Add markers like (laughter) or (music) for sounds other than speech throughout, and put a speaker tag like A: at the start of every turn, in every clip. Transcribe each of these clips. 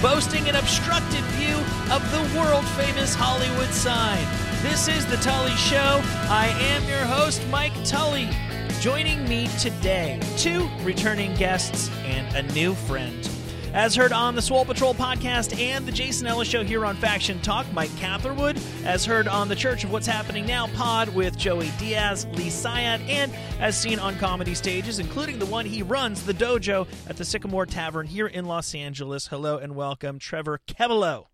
A: boasting an obstructed view of the world famous Hollywood sign. This is The Tully Show. I am your host, Mike Tully. Joining me today, two returning guests and a new friend. As heard on the Swole Patrol podcast and the Jason Ellis show here on Faction Talk, Mike Catherwood. As heard on the Church of What's Happening Now pod with Joey Diaz, Lee Syed, and as seen on comedy stages, including the one he runs, The Dojo, at the Sycamore Tavern here in Los Angeles. Hello and welcome, Trevor Kevelo.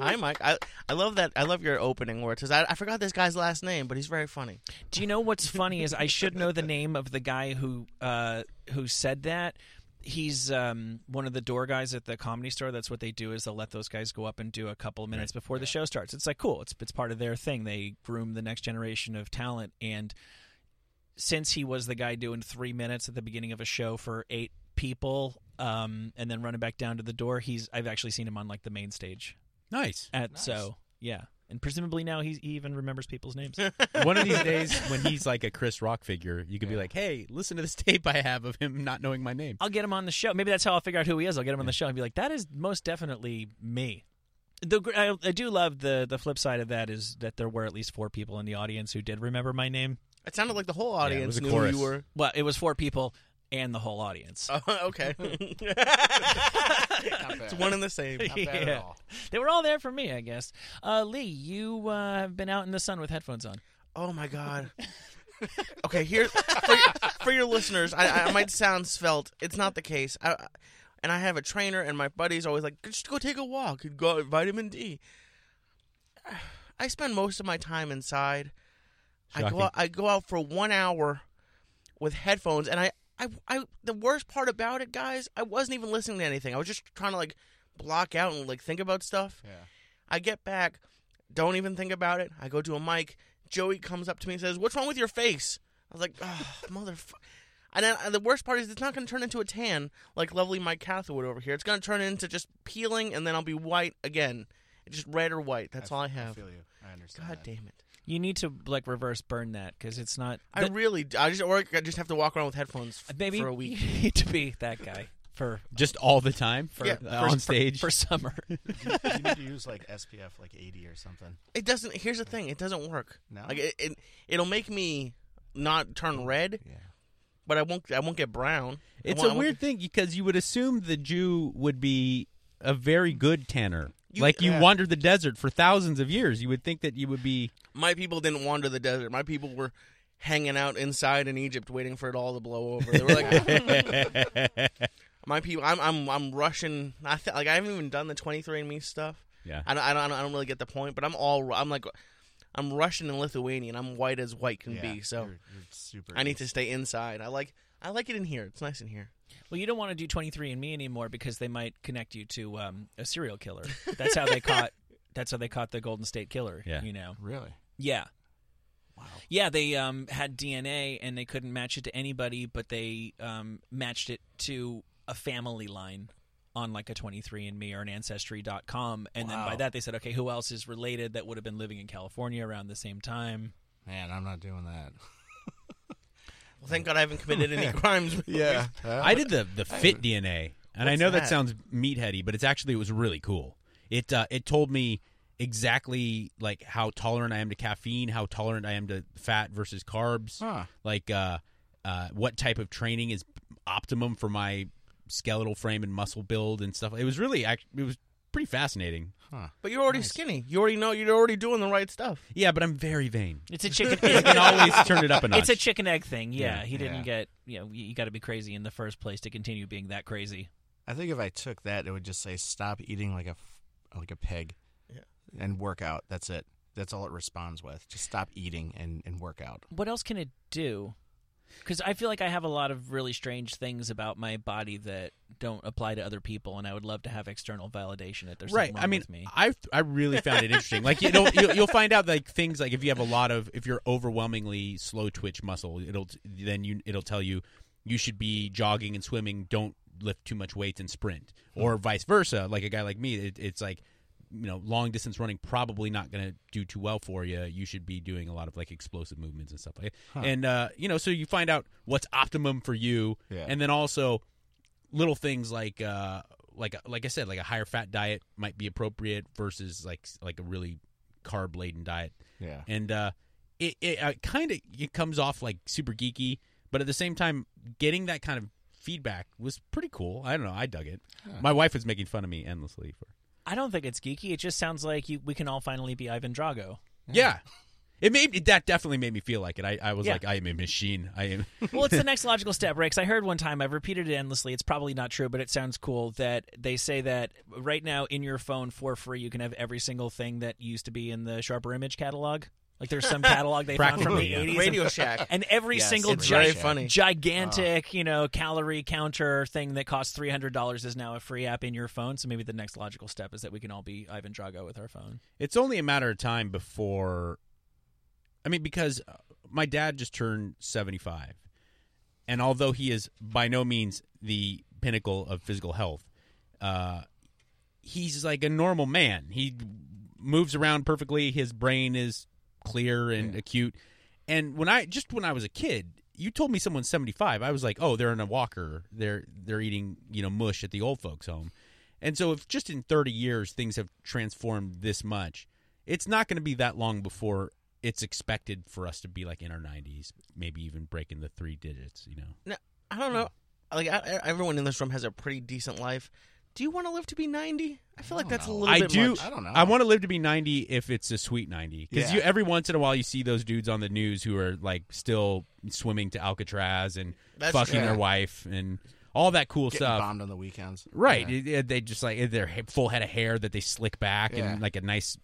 B: Hi, Mike. I, I love that. I love your opening words. 'cause I, I forgot this guy's last name, but he's very funny.
A: Do you know what's funny is I should know the name of the guy who uh, who said that. He's um, one of the door guys at the comedy store. That's what they do is they'll let those guys go up and do a couple of minutes before the show starts. It's like cool. It's it's part of their thing. They groom the next generation of talent. And since he was the guy doing three minutes at the beginning of a show for eight people, um, and then running back down to the door, he's I've actually seen him on like the main stage. (laughs)
C: Nice.
A: At so yeah, and presumably now he's, he even remembers people's names.
C: One of these days, when he's like a Chris Rock figure, you could be like, "Hey, listen to this (laughs) tape I have of him not knowing my
B: Uh,
C: name."
A: I'll get him on the show. Maybe that's how I'll figure out who he is. I'll get him on the show and be like, that is most definitely me. The, gr- I, I do love the the flip side of that is that there were at least four people in the audience who did remember my name.
B: It sounded like the whole
C: it
B: audience
C: was a
B: knew
C: chorus.
B: you were. (laughs)
A: Well, it was four people and the whole audience.
B: Oh, okay. it's one and the same.
A: (laughs) Yeah. They were all there for me, I guess. Uh, Lee, you uh, have been out in the sun with headphones on.
B: Oh my god. okay, here for, your- for your listeners, I, I might sound svelte. It's not the case. I, I- and I have a trainer, and my buddy's always like, "Just go take a walk. and Go vitamin D." I spend most of my time inside. I go
C: Shocking.
B: out, I go out for one hour with headphones, and I, I I the worst part about it, guys, I wasn't even listening to anything. I was just trying to like block out and like think about stuff. Yeah. I get back, don't even think about it. I go to a mic. Joey comes up to me and says, "What's wrong with your face?" I was like, (laughs) "Oh, motherfucker." And then and the worst part is it's not going to turn into a tan like lovely Mike Catherwood over here. It's going to turn into just peeling, and then I'll be white again, just red or white. That's all I have.
D: feel you. I understand.
B: God
D: that.
B: damn it!
A: You need to like reverse burn that because it's not.
B: I really, I just, or I just have to walk around with headphones
C: Uh,
B: f-
A: maybe
B: for a week.
A: (laughs) you need to be that guy for
C: Just all the time for,
B: Yeah,
C: uh,
B: for-
C: on stage.
A: for
B: (laughs)
A: summer.
D: You, you need to use like SPF like 80 or something.
B: It doesn't. Here's the thing: it doesn't work.
D: No?
B: Like it, it it'll make me not turn red,
D: Yeah.
B: but I won't. I won't get brown. I won't-
C: it's a
B: I won't-
C: weird thing because you would assume the Jew would be a very good tanner.
B: You-
C: like you
B: yeah.
C: wandered the desert for thousands of years, you would think that you would be.
B: My people didn't wander the desert. My people were hanging out inside in Egypt, waiting for it all to blow over. They were like,
A: (laughs)
B: my people. I'm I'm I'm Russian. I th- like I haven't even done the 23andMe stuff.
C: Yeah.
B: I don't, I don't I don't really get the point, but I'm all I'm like I'm Russian and Lithuanian. I'm white as white can
D: yeah.
B: be. So
D: you're, you're super.
B: I need to stay inside. I like I like it in here. It's nice in here.
A: Well, you don't want to do 23andMe anymore because they might connect you to um, a serial killer. That's how they caught. That's how they caught the Golden State Killer.
C: Yeah.
A: You know.
D: Really?
A: Yeah. Wow. Yeah, they um, had DNA and they couldn't match it to anybody, but they um, matched it to a family line on like a 23andMe or an Ancestry.com, and then by
D: Wow.
A: that they said, okay, who else is related that would have been living in California around the same time?
D: Man, I'm not doing that.
B: Well,
D: Mm.
B: thank God I haven't committed
D: (laughs)
B: any crimes.
C: I did the the fit DNA, and I know that,
B: that?
C: sounds meatheady, but it's actually it was really cool. It uh, it told me exactly like how tolerant I am to caffeine, how tolerant I am to fat versus carbs,
D: Huh.
C: like uh, uh, what type of training is optimum for my skeletal frame and muscle build and stuff. It was really act- it was pretty fascinating.
B: But you're already skinny. You already know you're already doing the right stuff.
C: Yeah, but I'm very vain.
A: It's a (laughs) chicken.
C: I can always turn it up a notch.
A: It's a chicken egg thing. Yeah,
C: Yeah.
A: he didn't
D: Yeah.
A: get. You know, you, got to be crazy in the first place to continue being that crazy.
D: I think if I took that, it would just say stop eating like a f- like a pig, and work out. That's it. That's all it responds with. Just stop eating and, and work out.
A: What else can it do? because I feel like I have a lot of really strange things about my body that don't apply to other people, and I would love to have external validation that there's
C: right.
A: something wrong
C: I mean,
A: with me.
C: I I really found it interesting. Like you know, you'll, you'll find out like things like if you have a lot of if you're overwhelmingly slow twitch muscle, it'll then you it'll tell you you should be jogging and swimming. Don't lift too much weight and sprint,
A: Hmm.
C: or vice versa. Like a guy like me, it, it's like you know, long distance running probably not going to do too well for you. You should be doing a lot of like explosive movements and stuff like that. And uh, you know, so you find out what's optimum for you,
D: Yeah.
C: and then also little things like uh like like I said, like a higher fat diet might be appropriate versus like like a really carb laden diet.
D: Yeah.
C: And uh it it uh, kind of it comes off like super geeky, but at the same time getting that kind of feedback was pretty cool. I don't know, I dug it. My wife was making fun of me endlessly for.
A: I don't think it's geeky. It just sounds like you, we can all finally be Ivan Drago.
C: Yeah. It made it- that definitely made me feel like it. I, I was
A: Yeah.
C: like, I am a machine. I am.
A: Well, it's the next logical step, Rick. 'cause I heard one time, I've repeated it endlessly. It's probably not true, but it sounds cool that they say that right now in your phone for free, you can have every single thing that used to be in the Sharper Image catalog. Like there's some catalog they found from the
C: Practically, yeah.
A: 80s. and-
B: Radio Shack.
A: and (laughs) every
D: Yes,
A: single
D: it's
A: gi-
D: very funny.
A: gigantic, you know, calorie counter thing that costs three hundred dollars is now a free app in your phone. So maybe the next logical step is that we can all be Ivan Drago with our phone.
C: It's only a matter of time before. I mean, because uh, my dad just turned 75. And although he is by no means the pinnacle of physical health, uh, he's like a normal man. He moves around perfectly. His brain is clear and acute. And when I just when I was a kid, you told me someone's 75. I was like, "Oh, they're in a walker. They're they're eating, you know, mush at the old folks home." And so if just in 30 years things have transformed this much, it's not going to be that long before it's expected for us to be like in our 90s, maybe even breaking the three digits, you know.
B: No, I don't know. Like I, I- everyone in this room has a pretty decent life. Do you want to live to be ninety? I feel like that's a little
C: I
B: bit
C: do.
B: much.
D: I don't know.
C: I want to live to be ninety if it's a sweet ninety. Because
D: Yeah.
C: you every once in a while you see those dudes on the news who are like still swimming to Alcatraz and
B: That's
C: fucking
D: true.
C: their wife and all that cool
D: Getting
C: stuff.
D: bombed on the weekends.
C: Right.
D: Yeah.
C: It- it- They just like their ha- full head of hair that they slick back
D: Yeah.
C: and like a nice,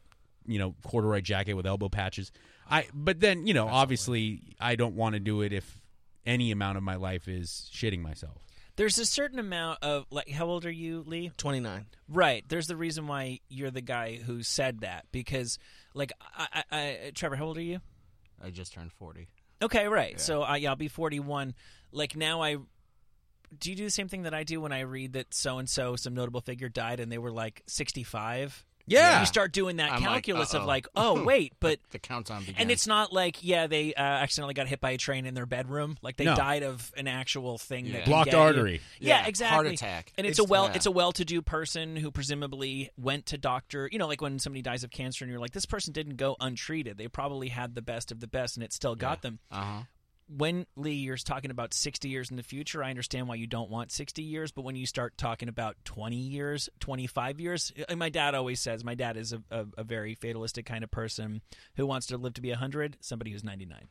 C: you know, corduroy jacket with elbow patches. I but then you know obviously I don't want to do it if any amount of my life is shitting myself.
A: There's a certain amount of like, how old are you, Lee?
B: Twenty nine.
A: Right. There's the reason why you're the guy who said that because, like, I, I, I Trevor, how old are you?
D: I just turned 40.
A: Okay, right. So I, yeah, I'll be 41. Like now, I do you do the same thing that I do when I read that so and so, some notable figure died, and they were like 65.
C: Yeah.
A: you start doing that
D: I'm like,
A: calculus of
D: uh-oh.
A: like, oh
D: (laughs)
A: wait, but
D: The countdown begins.
A: and it's not like yeah, they uh, accidentally got hit by a train in their bedroom. Like they
C: No.
A: died of an actual thing that
D: Yeah.
A: can
C: Blocked
A: get you.
C: artery.
A: Yeah,
D: Yeah, heart
A: exactly.
D: attack.
A: And it's, a
D: It's-
A: well,
D: yeah.
A: it's a well-to-do person who presumably went to doctor. You know, like when somebody dies of cancer, and you're like, this person didn't go untreated. They probably had the best of the best, and it still got them
D: Uh-huh.
A: when Lee, you're talking about 60 years in the future, I understand why you don't want 60 years, but when you start talking about 20 years, 25 years, and my dad always says, my dad is a, a, a very fatalistic kind of person who wants to live to be 100, somebody who's 99.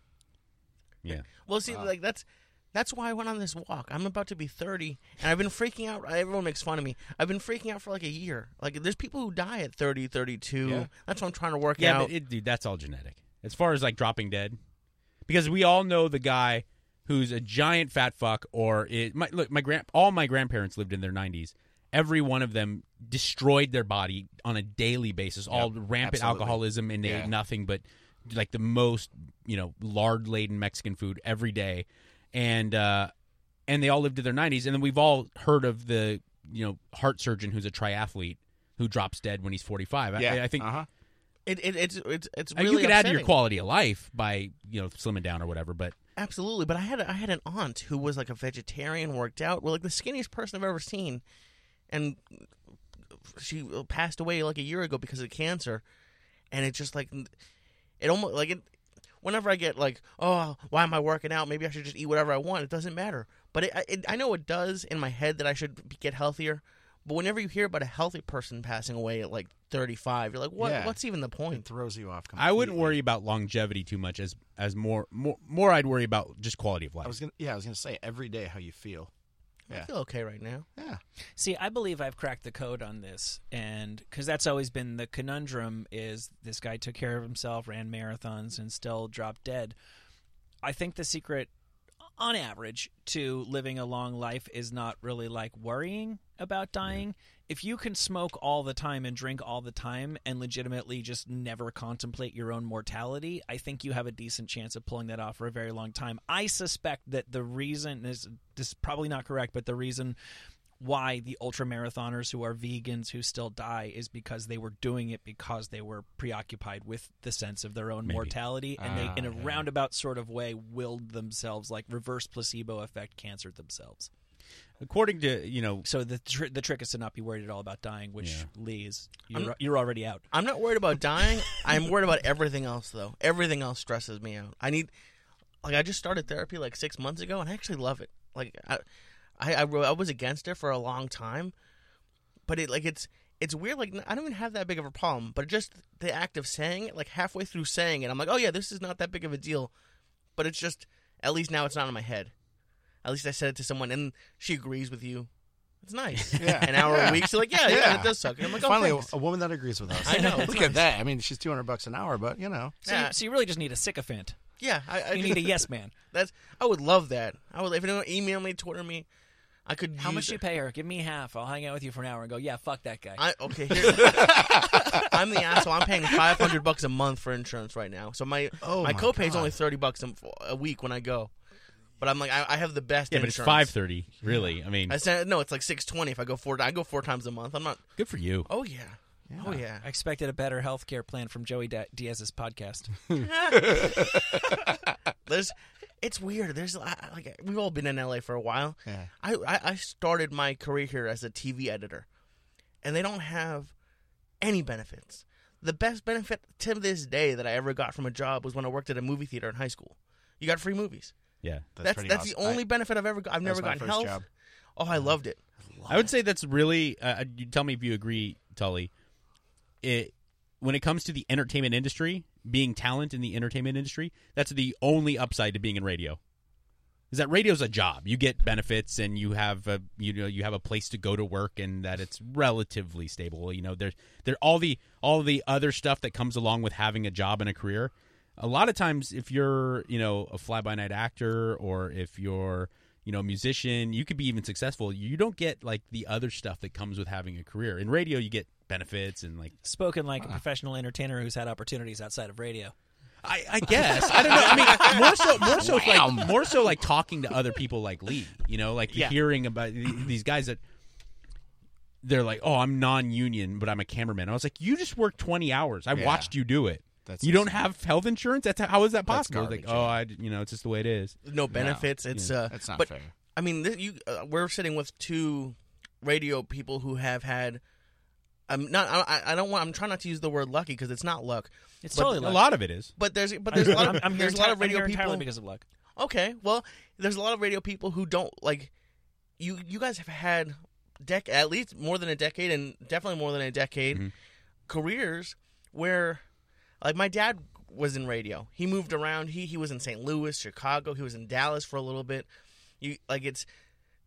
C: Yeah.
B: Well, see,
D: Uh.
B: like that's that's why I went on this walk. I'm about to be 30, and I've been freaking out. Everyone makes fun of me. I've been freaking out for like a year. Like, there's people who die at 30, 32.
D: Yeah.
B: That's what I'm trying to work
C: Yeah,
B: out.
C: but it, dude, that's all genetic. As far as like dropping dead, because we all know the guy who's a giant fat fuck, or it. My, look, my grand, all my grandparents lived in their nineties. Every one of them destroyed their body on a daily basis. all rampant
D: absolutely.
C: alcoholism, and they
D: Yeah.
C: ate nothing but like the most you know lard laden Mexican food every day, and uh, and they all lived to their nineties. And then we've all heard of the you know heart surgeon who's a triathlete who drops dead when he's forty five.
D: Yeah.
C: I, I think
D: Uh-huh.
B: it, it, it's it's it's
C: I
B: really
C: mean, Uh, you could add to your
B: upsetting.
C: quality of life by you know slimming down or whatever, but
B: Absolutely, but I had a, I had an aunt who was like a vegetarian, worked out, well, like the skinniest person I've ever seen, and she uh, passed away like a year ago because of cancer, and it just like it almost like it. Whenever I get like, oh, why am I working out? Maybe I should just eat whatever I want. It doesn't matter. But it, I- it, I know it does in my head that I should be- get healthier. But whenever you hear about a healthy person passing away at like 35, you're like, what?
D: Yeah.
B: What's even the
D: It
B: point?
D: throws you off completely.
C: I wouldn't worry about longevity too much. As as more more, more I'd worry about just quality of life.
D: I was going to Yeah, I was going to say every day how you feel.
B: I
D: Yeah.
B: feel okay right now.
D: Yeah.
A: See, I believe I've cracked the code on this, and because that's always been the conundrum: is this guy took care of himself, ran marathons, and still dropped dead. I think the secret on average to living a long life is not really like worrying about dying. If you can smoke all the time and drink all the time and legitimately just never contemplate your own mortality, I think you have a decent chance of pulling that off for a very long time. I suspect that the reason is this is probably not correct, but the reason why the ultra marathoners who are vegans who still die is because they were doing it because they were preoccupied with the sense of their own
C: Maybe.
A: mortality and
D: Ah,
A: they in a
D: yeah.
A: roundabout sort of way willed themselves like reverse placebo effect cancer themselves
C: According to you know,
A: so the tr- the trick is to not be worried at all about dying which
C: Yeah.
A: lee is
B: I'm-
A: you're, you're already out
B: I'm not worried about dying. I'm worried about everything else though. Everything else stresses me out. I need like I just started therapy like 6 months ago and I actually love it. Like I I I, re- I was against it for a long time, but it like it's it's weird like I don't even have that big of a problem, but just the act of saying it like halfway through saying it I'm like, "Oh yeah, this is not that big of a deal." But it's just at least now it's not in my head. At least I said it to someone and she agrees with you. It's nice.
D: Yeah.
B: An hour
D: Yeah.
B: a week. She's like, yeah, yeah,
D: Yeah.
B: that does suck. And I'm like, oh,
D: Finally,
B: thanks.
E: a woman that agrees with us.
B: I
D: (laughs)
B: know. it's
D: Look at that. I mean, she's 200 bucks an hour, but you know.
A: so,
B: Yeah.
A: you, so you really just need a sycophant
B: Yeah, I, I
A: you
B: just-
A: need a yes man
B: That's I would love that. I would if anyone email me, Twitter me, I
A: (laughs)
B: could.
A: how
B: use
A: much do you
B: it.
A: pay her give me half i'll hang out with you for an hour and go yeah fuck that guy
B: I
A: (laughs)
B: okay. Here, I'm the asshole. I'm paying five hundred bucks a month for insurance right now. So my
D: Oh
B: my
D: my
B: copay is
D: God.
B: only thirty bucks a, a week when I go. But I'm like I, I have the best.
C: yeah, but
B: insurance.
C: it's five thirty. Really, I mean,
B: I said no. It's like six twenty if I go four. I go four times a month. I'm not.
C: good for you.
B: Oh yeah. Oh yeah.
A: I expected a better health care plan from Joey Da- Diaz's podcast.
B: There's. It's weird. There's I- I- like we've all been in LA for a while.
D: Yeah.
B: I, I I started my career here as a TV editor, and they don't have any benefits. The best benefit to this day that I ever got from a job was when I worked at a movie theater in high school. You got free movies.
C: Yeah,
B: That's
D: pretty
B: that's, the
D: awesome.
B: only benefit I've ever got. I've
D: That was
B: never
D: my
B: gotten
D: first
B: health.
D: job.
B: Oh, I loved it.
C: I would say that's really. Uh, you tell me if you agree, Tully. It when it comes to the entertainment industry, being talent in the entertainment industry, that's the only upside to being in radio. Is that radio's a job? You get benefits, and you have a you know you have a place to go to work, and that it's relatively stable. You know, there's there all the all the other stuff that comes along with having a job and a career. A lot of times, if you're you know a fly by night actor, or if you're you know a musician, you could be even successful. You don't get like the other stuff that comes with having a career. In radio, you get benefits and like
A: Spoken like a professional entertainer who's had opportunities outside of radio.
C: I, I guess I don't know. I
D: (laughs)
C: mean, more so, more so, it's like more so, like talking to other people, like Lee. You know, like
B: Yeah.
C: hearing about th- these guys that they're like, "Oh, I'm non-union, but I'm a cameraman." I was like, "You just worked 20 hours. I
D: Yeah.
C: watched you do it.
D: That's
C: you don't
D: insane.
C: have health insurance. That's how is that
D: That's
C: possible?" It's like,
D: garbage,
C: "Oh,
D: yeah.
C: I, d- you know, it's just the way it is."
B: No benefits. It's uh.
D: That's not
B: but,
D: fair.
B: I mean, th- you uh, we're sitting with two radio people who have had. I'm not. I, I- I don't want. I'm trying not to use the word lucky because it's not luck.
A: It's
B: But
A: totally
C: A
A: luck.
C: lot of it is.
B: But there's but there's a lot of
A: I'm, I'm here
B: there's a lot
A: enti-
B: of radio
A: I'm here entirely
B: people
A: because of luck.
B: Okay, well, there's a lot of radio people who don't like you. You guys have had dec- at least more than a decade, and definitely more than a decade, careers where, like, my dad was in radio. He moved around. He he was in St. Louis, Chicago. He was in Dallas for a little bit. You like it's.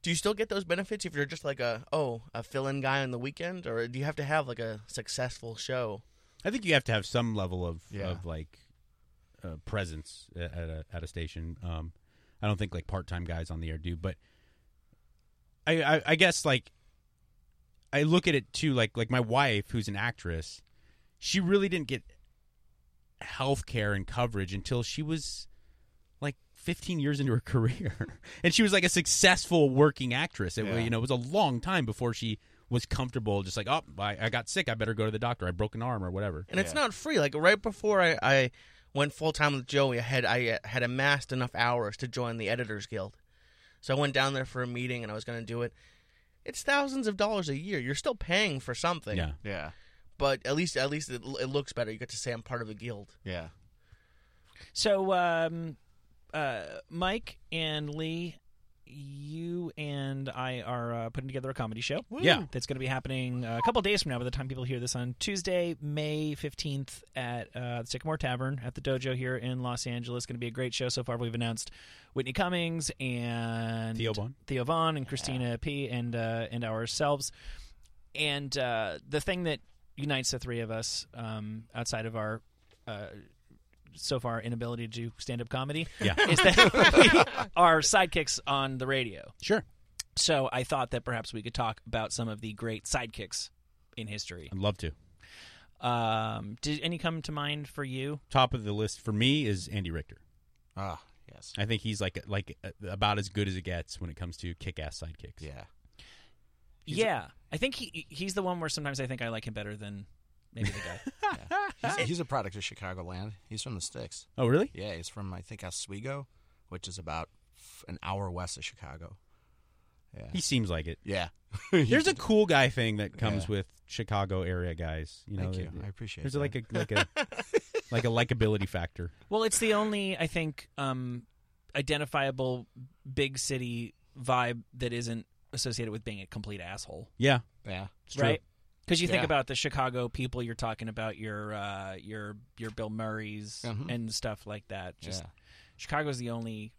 B: Do you still get those benefits if you're just like a oh a fill-in guy on the weekend, or do you have to have like a successful show?
C: I think you have to have some level of
D: Yeah.
C: of like uh, presence a- at a at a station. Um, I don't think like part time guys on the air do, but I, I I guess like I look at it too. Like like my wife, who's an actress, she really didn't get health care and coverage until she was like 15 years into her (laughs) career and she was like a successful working actress it,
D: Yeah.
C: you know it was a long time before she was comfortable just like oh I, I got sick i better go to the doctor i broke an arm or whatever
B: and it's not free. Like right before I, I went full time with Joey, I had I uh, had amassed enough hours to join the Editors Guild, so I went down there for a meeting, and I was going to do it. It's thousands of dollars a year. You're still paying for something,
D: (laughs)
C: yeah
D: Yeah.
B: but at least at least it, l- it looks better. You get to say I'm part of a guild.
D: Yeah.
A: So, um, uh, Mike and Lee, you and I are uh, putting together a comedy show.
C: Yeah.
A: That's going to be happening uh, a couple days from now by the time people hear this on Tuesday, May 15th at uh, the Sycamore Tavern at the Dojo here in Los Angeles. Going to be a great show so far. We've announced Whitney Cummings and
C: Theo Von.
A: Theo Vaughn and Christina P. and uh, and ourselves. And uh, the thing that unites the three of us um, outside of our uh, so far inability to do stand up comedy
C: Yeah.
D: (laughs)
A: is that (laughs) we are sidekicks on the radio.
C: Sure.
A: So I thought that perhaps we could talk about some of the great sidekicks in history.
C: I'd love to.
A: Um, did any come to mind for you?
C: Top of the list for me is Andy Richter.
D: Ah, yes.
C: I think he's like like uh, about as good as it gets when it comes to kick ass sidekicks.
D: Yeah.
A: yeah, I think he he's the one where sometimes I think I like him better than maybe the guy.
D: He's, he's a product of Chicagoland. He's from the sticks.
C: Oh, really?
D: Yeah, he's from I think Oswego, which is about f- an hour west of Chicago. Yeah.
C: He seems like
D: (laughs)
C: it.
D: yeah.
C: There's a cool guy thing that comes
D: Yeah.
C: with Chicago area guys. You know,
D: Thank you.
C: that-
D: I appreciate
C: There's
D: that.
C: like a like a like
D: (laughs)
C: a likability factor.
A: Well, it's the only I think um, identifiable big city vibe that isn't associated with being a complete asshole,
C: Yeah,
D: yeah.
C: it's true.
A: right? Because you think
D: Yeah.
A: about the Chicago people, you're talking about your uh, your your Bill Murray's
D: Mhm.
A: and stuff like that. Just
D: yeah.
A: Chicago's the only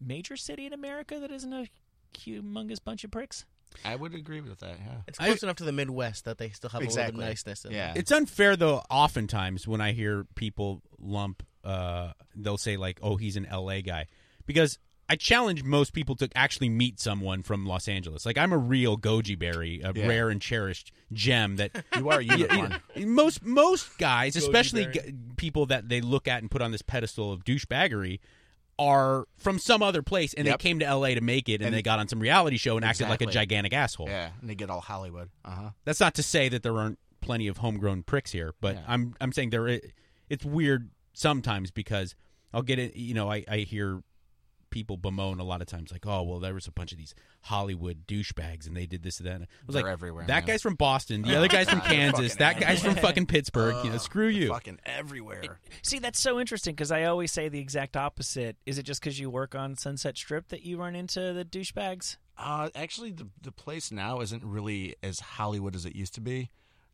A: major city in America that isn't a humongous bunch of pricks.
D: I would agree with that. Yeah.
B: It's
C: I-
B: close enough to the Midwest that they still have a little
D: Exactly.
B: bit of niceness. In
D: Yeah.
B: It.
C: It's unfair though. Oftentimes, when I hear people lump, uh, they'll say like, "Oh, he's an LA guy," because I challenge most people to actually meet someone from Los Angeles. Like, I'm a real goji berry, a
D: Yeah.
C: rare and cherished gem that (laughs)
D: You are a unicorn.
C: most most guys, especially
B: berry.
C: g- people that they look at and put on this pedestal of douchebaggery, are from some other place and
D: Yep.
C: they came to L.A. to make it, and,
D: And-
C: they got on some reality show and acted like a
D: Exactly.
C: gigantic asshole.
D: yeah. And they get all Hollywood. Uh huh.
C: That's not to say that there aren't plenty of homegrown pricks here, but
D: Yeah.
C: I'm I'm saying there. i- It's weird sometimes because I'll get it. You know, I I hear people bemoan a lot of times like, oh well, there was a bunch of these Hollywood douchebags and they did this and that. I was
D: They're
C: like,
D: everywhere,
C: that
D: man.
C: guy's from Boston,
D: (laughs)
C: the other guy's from
D: God, they're
C: Kansas,
D: fucking Uh,
C: that guy's from fucking Pittsburgh. you know, screw
D: They're
C: you.
D: Fucking everywhere.
A: See, that's so interesting because I always say the exact opposite. Is it just because you work on Sunset Strip that you run into the douchebags?
D: Uh, actually, the the place now isn't really as Hollywood as it used to be.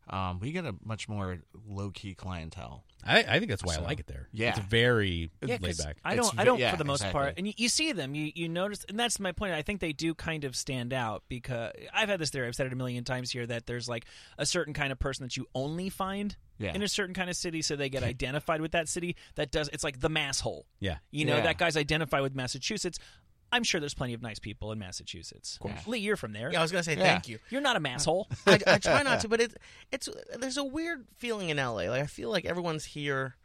D: Um, we get a much more low key clientele.
C: I, I think that's why
D: So,
C: I like it there.
D: yeah.
C: it's very laid
A: 'cause
C: back.
A: I don't.
D: It's
A: I
D: ve-
A: don't
D: yeah,
A: for the most
D: exactly.
A: part. And you, you see them. You you notice, and that's my point. I think they do kind of stand out because I've had this theory. I've said it a million times here that there's like a certain kind of person that you only find
D: Yeah.
A: in a certain kind of city, so
D: (laughs)
A: they get identified with that city. That does. It's like the mass hole.
C: Yeah,
A: You know
D: Yeah.
A: that guy's identified with Massachusetts. I'm sure there's plenty of nice people in Massachusetts.
D: course.
A: Lee, you're from there.
B: Yeah, I was gonna say
D: Yeah.
B: thank you.
A: You're not a masshole.
D: (laughs)
B: I, I try not to, but it's it's there's a weird feeling in LA. Like I feel like everyone's here,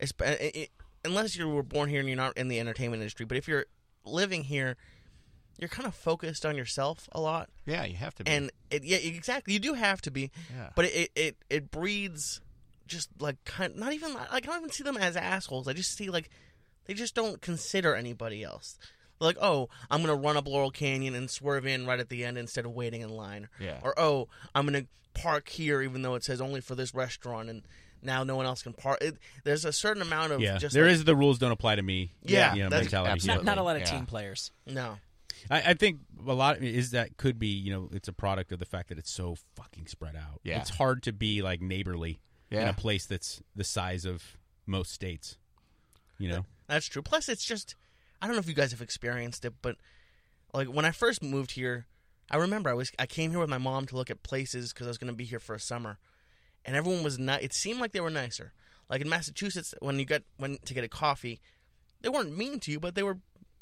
B: esp- i- i- unless you were born here and you're not in the entertainment industry. But if you're living here, you're kind of focused on yourself a lot,
D: Yeah, you have to be.
B: and it, yeah, exactly. You do have to be,
D: Yeah.
B: but it it it breeds just like kind not even like I don't even see them as assholes. I just see like they just don't consider anybody else. Like, oh, I'm gonna run up Laurel Canyon and swerve in right at the end instead of waiting in line.
D: Yeah.
B: Or oh, I'm gonna park here even though it says only for this restaurant and now no one else can park. It, there's a certain amount of
C: yeah.
B: just
C: there
B: like,
C: is the rules don't apply to me.
B: Yeah,
C: you know,
B: that's-
C: mentality.
D: absolutely.
A: Not, not a lot of
D: Yeah.
A: team players.
B: no.
C: I, I think a lot is that could be you know it's a product of the fact that it's so fucking spread out.
D: Yeah.
C: it's hard to be like neighborly in
D: Yeah.
C: a place that's the size of most states. You
D: (laughs)
C: know,
B: That's true. Plus, it's just I don't know if you guys have experienced it, but like when I first moved here, I remember I was I came here with my mom to look at places because I was going to be here for a summer, and everyone was nice. It seemed like they were nicer. Like in Massachusetts, when you got when to get a coffee, they weren't mean to you, but they were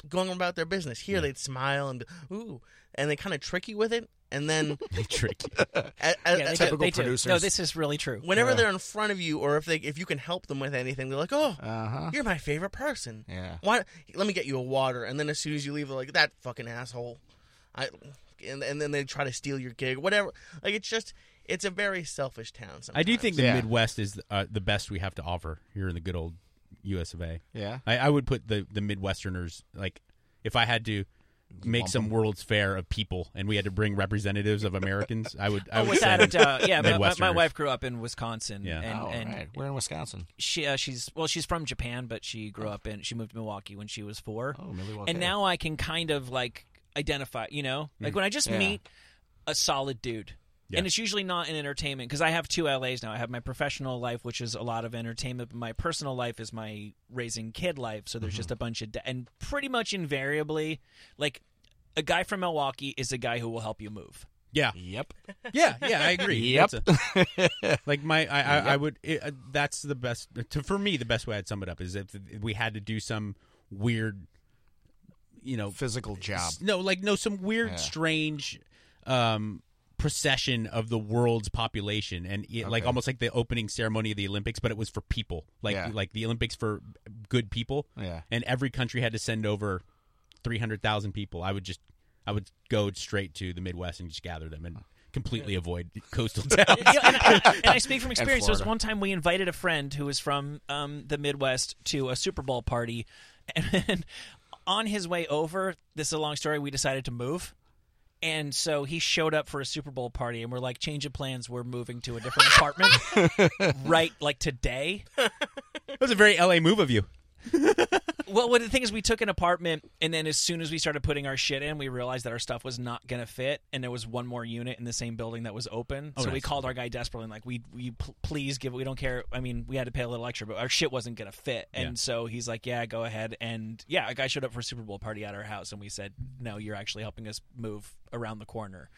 B: going about their business. Here, they'd smile and be, ooh, and they kind of trick you with it,
A: (laughs)
B: and then
C: tricky.
B: a- a-
A: Yeah, they,
B: a-
A: do-
D: typical
A: they do.
D: producers.
A: No, this is really true.
B: whenever they're in front of you, or if they if you can help them with anything, they're like, oh,
D: Uh huh.
B: you're my favorite person.
D: Yeah.
B: Why? Let me get you a water, and then as soon as you leave, they're like that fucking asshole. I, and and then they try to steal your gig, whatever. Like it's just, it's a very selfish town. Sometimes.
C: I do think the
D: Yeah.
C: Midwest is uh, the best we have to offer here in the good old U.S. of A.
D: Yeah.
C: I, I would put the the Midwesterners like if I had to make
D: Lump
C: some
D: 'em.
C: World's Fair of people, and we had to bring representatives of Americans. I would. I
A: Oh,
C: would
A: without
C: say-
A: a doubt. Yeah, my, my, my
C: Midwesterners.
A: wife grew up in Wisconsin,
C: Yeah.
A: and,
D: oh,
A: and
D: right. We're in Wisconsin.
A: she uh, she's well, she's from Japan, but she grew up in she moved to Milwaukee when she was four,
D: Oh, Milwaukee.
A: and now I can kind of like identify. You know, like when I just
D: Yeah.
A: meet a solid dude.
C: Hmm. Yeah.
A: And it's usually not in entertainment because I have two LAs now. I have my professional life, which is a lot of entertainment, but my personal life is my raising kid life. So there's
C: Mm-hmm.
A: just a bunch of, da- and pretty much invariably, like a guy from Milwaukee is a guy who will help you move.
C: Yeah,
D: Yep.
C: yeah, yeah. I agree.
D: Yep.
C: That's a- like my, I, I, I would. It, uh, that's the best to, for me. The best way I'd sum it up is if we had to do some weird, you know,
D: Physical job.
C: s- no, like no, some weird,
D: Yeah.
C: strange, um, procession of the world's population, and it, like
D: Okay.
C: almost like the opening ceremony of the Olympics, but it was for people, like
D: Yeah.
C: like the Olympics for good people,
D: Yeah.
C: and every country had to send over three hundred thousand people. I would just, I would go straight to the Midwest and just gather them and completely avoid coastal (laughs) towns.
A: (laughs) Yeah, and, I, and I speak from experience. There was
D: Florida.
A: one time we invited a friend who was from um, the Midwest to a Super Bowl party, (laughs) and on his way over, this is a long story. We decided to move, and so he showed up for a Super Bowl party, and we're like, change of plans. We're moving to a different apartment, right? Like today.
C: That was a very LA move of you.
A: Well, well, the thing is, we took an apartment, and then as soon as we started putting our shit in, we realized that our stuff was not going to fit, and there was one more unit in the same building that was open. so we
C: nice.
A: called our guy desperately, and like, we, we pl- please give. We don't care. I mean, we had to pay a little extra, but our shit wasn't going to fit. And
C: Yeah.
A: so he's like, "Yeah, go ahead." And yeah, a guy showed up for a Super Bowl party at our house, and we said, "No, you're actually helping us move around the corner."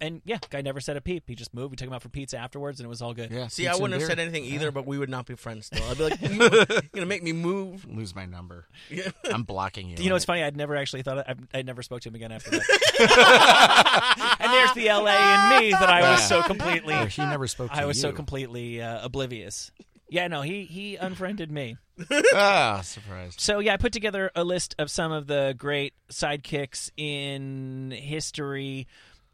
A: And yeah, guy never said a peep. He just moved. We took him out for pizza afterwards, and it was all good.
D: Yeah.
B: See,
D: pizza
B: I
D: and
B: wouldn't have
D: beer.
B: said anything either, but we would not be friends still. I'd be
C: (laughs)
B: like, you, are gonna make me move.
D: (laughs) Lose my number.
B: Yeah.
D: I'm blocking you.
A: You know,
D: on (laughs)
A: it's
D: it.
A: funny. I'd never actually thought I, I never spoke to him again after that. and there's the LA in me that I was so completely,
D: Or he never spoke to
A: (laughs) I was so
D: you.
A: completely uh, oblivious. Yeah, no, he he unfriended me.
D: (laughs) ah, surprised.
A: So yeah, I put together a list of some of the great sidekicks in history.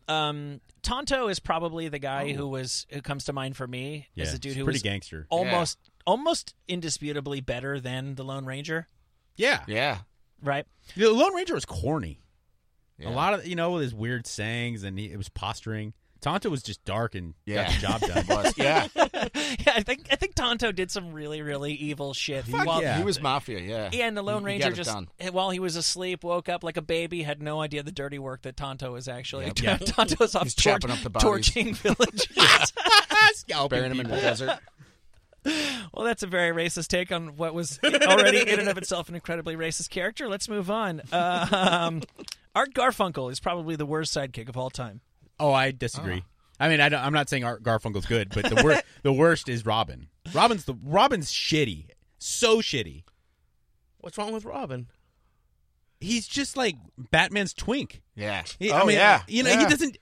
A: Um, Tonto is probably the guy who was who comes to mind for me
C: Yeah,
A: as a dude
C: he's
A: who
C: pretty
A: was
C: gangster.
A: almost almost indisputably better than the Lone Ranger,
C: Yeah.
D: Yeah.
A: right?
C: the Lone Ranger was corny.
D: Yeah.
C: A lot of you know with his weird sayings and he, it was posturing. Tonto was just dark and
D: Yeah.
C: got the
D: (laughs)
C: job done.
D: Was.
A: (laughs)
D: Yeah.
A: yeah, I think I think Tonto did some really really evil shit. while,
C: yeah.
D: He was mafia. Yeah.
A: yeah, and the Lone
D: You- you got
A: Ranger
D: it
A: just (laughs) eh,
D: done.
A: while he was asleep, woke up like a baby, had no idea the dirty work that Tonto was actually.
D: Yep.
A: (laughs)
C: Yeah.
A: Tonto was off
D: He's
A: tor-
D: chopping up the bodies. (laughs)
A: torching villages.
D: Burying him in the desert.
A: well, that's a very racist take on what was already in and of itself an incredibly racist character. Let's move on. Um, Art Garfunkel is probably the worst sidekick of all time.
C: Oh, I disagree. I mean, I don't, I'm not saying Art Garfunkel's good, but the worst the worst is Robin. Robin's the Robin's shitty, so shitty.
B: What's wrong with Robin?
C: He's just like Batman's twink.
A: (laughs)
D: (laughs) Yeah.
C: He-
D: oh
C: I mean,
D: yeah.
C: you know
D: yeah.
C: he doesn't.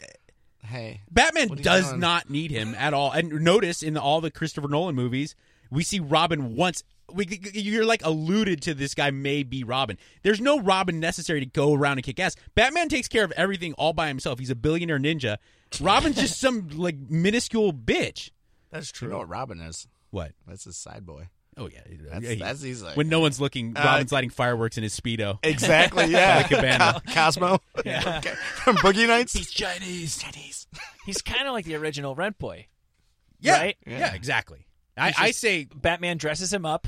D: Hey.
C: Batman
D: What are you
C: does
D: doing?
C: not need him at all. And notice in all the Christopher Nolan movies, we see Robin once. We, you're like alluded to this guy may be Robin. There's no Robin necessary to go around and kick ass. Batman takes care of everything all by himself. He's a billionaire ninja. Robin's just some like minuscule bitch.
B: That's
D: You
B: true.
D: know what Robin is?
C: What?
D: That's his side boy.
C: Oh yeah,
D: That's
C: Yeah, he-
D: that's he's like
C: when no one's looking.
D: Uh,
C: Robin's lighting fireworks in his speedo.
D: (laughs) exactly. Yeah.
C: Cabana.
D: Co- Cosmo. (laughs) Okay. From Boogie Nights. He's Chinese. Chinese.
A: He's kind of like the original Rent Boy.
C: yeah,
A: right?
C: yeah,
D: Yeah.
C: exactly. I, I say
A: Batman dresses him up,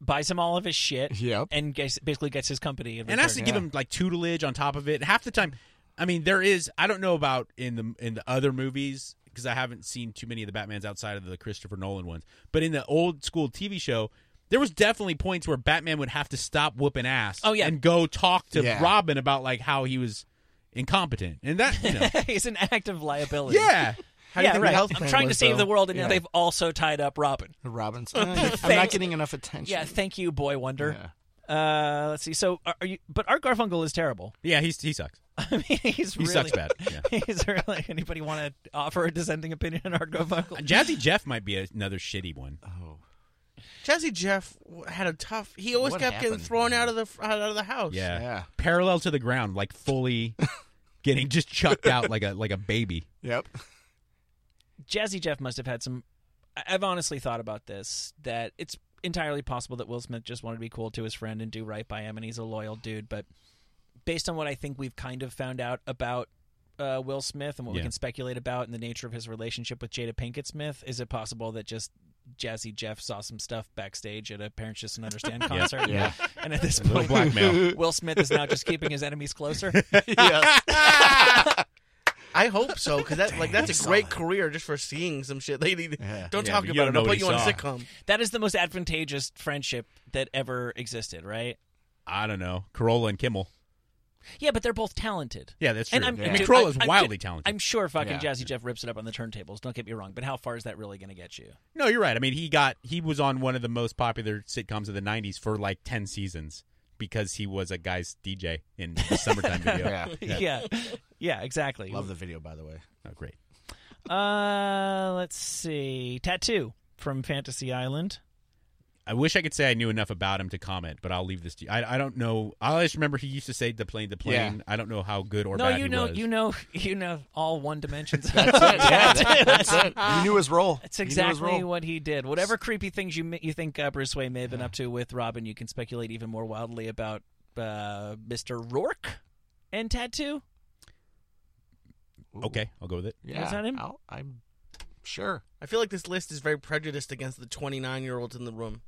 A: buys him all of his shit,
D: Yep.
A: and gets, basically gets his company. in
C: and has to
A: return.
C: give him like tutelage on top of it. Half the time, I mean, there is. I don't know about in the in the other movies because I haven't seen too many of the Batman's outside of the Christopher Nolan ones. But in the old school TV show, there was definitely points where Batman would have to stop whooping ass.
A: Oh, yeah.
C: and go talk to
D: Yeah.
C: Robin about like how he was incompetent and that.
A: (laughs)
C: You know,
A: He's an active liability.
C: yeah,
D: How do you
A: yeah,
D: think the
A: right.
D: health
A: I'm
D: plan
A: trying to
D: was,
A: save
D: though?
A: the world, and now
D: Yeah.
A: they've also tied up Robin. (laughs)
D: Robin's. Uh, I'm not
A: Thanks.
D: getting enough attention.
A: Yeah, thank you, Boy Wonder.
D: Yeah.
A: Uh, let's see. So, are, are you? But Art Garfunkel is terrible. (laughs)
C: yeah. He's he sucks.
A: I mean, he's
C: He
A: really
C: sucks bad. Yeah.
A: (laughs) He's really. Anybody want to offer a dissenting opinion on Art Garfunkel?
C: Jazzy Jeff might be another shitty one.
D: Oh.
B: Jazzy Jeff w- had a tough. He always
D: What
B: kept getting
D: happened?
B: thrown out of the f- out of the house.
C: Yeah.
D: Yeah.
C: Parallel to the ground, like fully
D: (laughs)
C: getting just chucked out like a like a baby.
D: Yep.
A: Jazzy Jeff must have had some. I- I've honestly thought about this that it's entirely possible that Will Smith just wanted to be cool to his friend and do right by him, and he's a loyal dude. But based on what I think we've kind of found out about uh, Will Smith and what we
C: Yeah.
A: can speculate about and the nature of his relationship with Jada Pinkett Smith, is it possible that just Jazzy Jeff saw some stuff backstage at a Parents Just Don't Understand concert?
D: Yeah.
A: And at
D: (laughs)
A: this
C: (laughs) Little
A: point,
C: blackmail.
A: Will Smith is now just keeping his enemies closer.
D: yeah.
B: I hope so because
C: (laughs)
B: that like that's a
D: Damn.
B: great career just for seeing some shit. They need,
D: Yeah.
B: don't
C: Yeah,
B: talk
C: but you
B: about it.
C: don't know
B: I'll
C: what
B: put
C: he
B: you on
C: saw.
B: sitcom.
A: that is the most advantageous friendship that ever existed, right?
C: I don't know. Corolla and Kimmel.
A: Yeah, but they're both talented.
C: Yeah, that's true.
A: And I'm,
D: Yeah.
C: I
A: and
C: mean,
A: dude,
C: Kroll
A: I-
C: is
A: I'm
C: wildly
A: ju-
C: talented.
A: I'm sure fucking
D: Yeah.
A: Jazzy Jeff rips it up on the turntables. Don't get me wrong, but how far is that really going to get you?
C: no, you're right. I mean, he got he was on one of the most popular sitcoms of the '90s for like ten seasons because he was a guy's DJ (laughs) in the summertime video. (laughs)
D: Yeah.
A: Yeah, yeah, exactly.
D: Love the video, by the way.
C: Oh, great.
A: Uh, let's see, tattoo from Fantasy Island.
C: I wish I could say I knew enough about him to comment, but I'll leave this to you. I, I don't know. I just remember he used to say the plane, the plane.
D: Yeah.
C: I don't know how good or
A: no,
C: bad
A: you
C: he
A: know,
C: was.
A: you know, (laughs) you know all one dimensions.
D: (laughs) That's it. You knew his role.
A: That's
D: You knew his
A: exactly
D: role.
A: what he did. Whatever creepy things you ma- you think uh, Bruce Wayne may have been up to with Robin, you can speculate even more wildly about uh, Mr. Rourke and Tattoo.
C: Okay, I'll go with it.
D: Yeah.
A: Was that him?
D: I'll, I'm sure.
B: I feel like this list is very prejudiced against the 29 year olds in the room.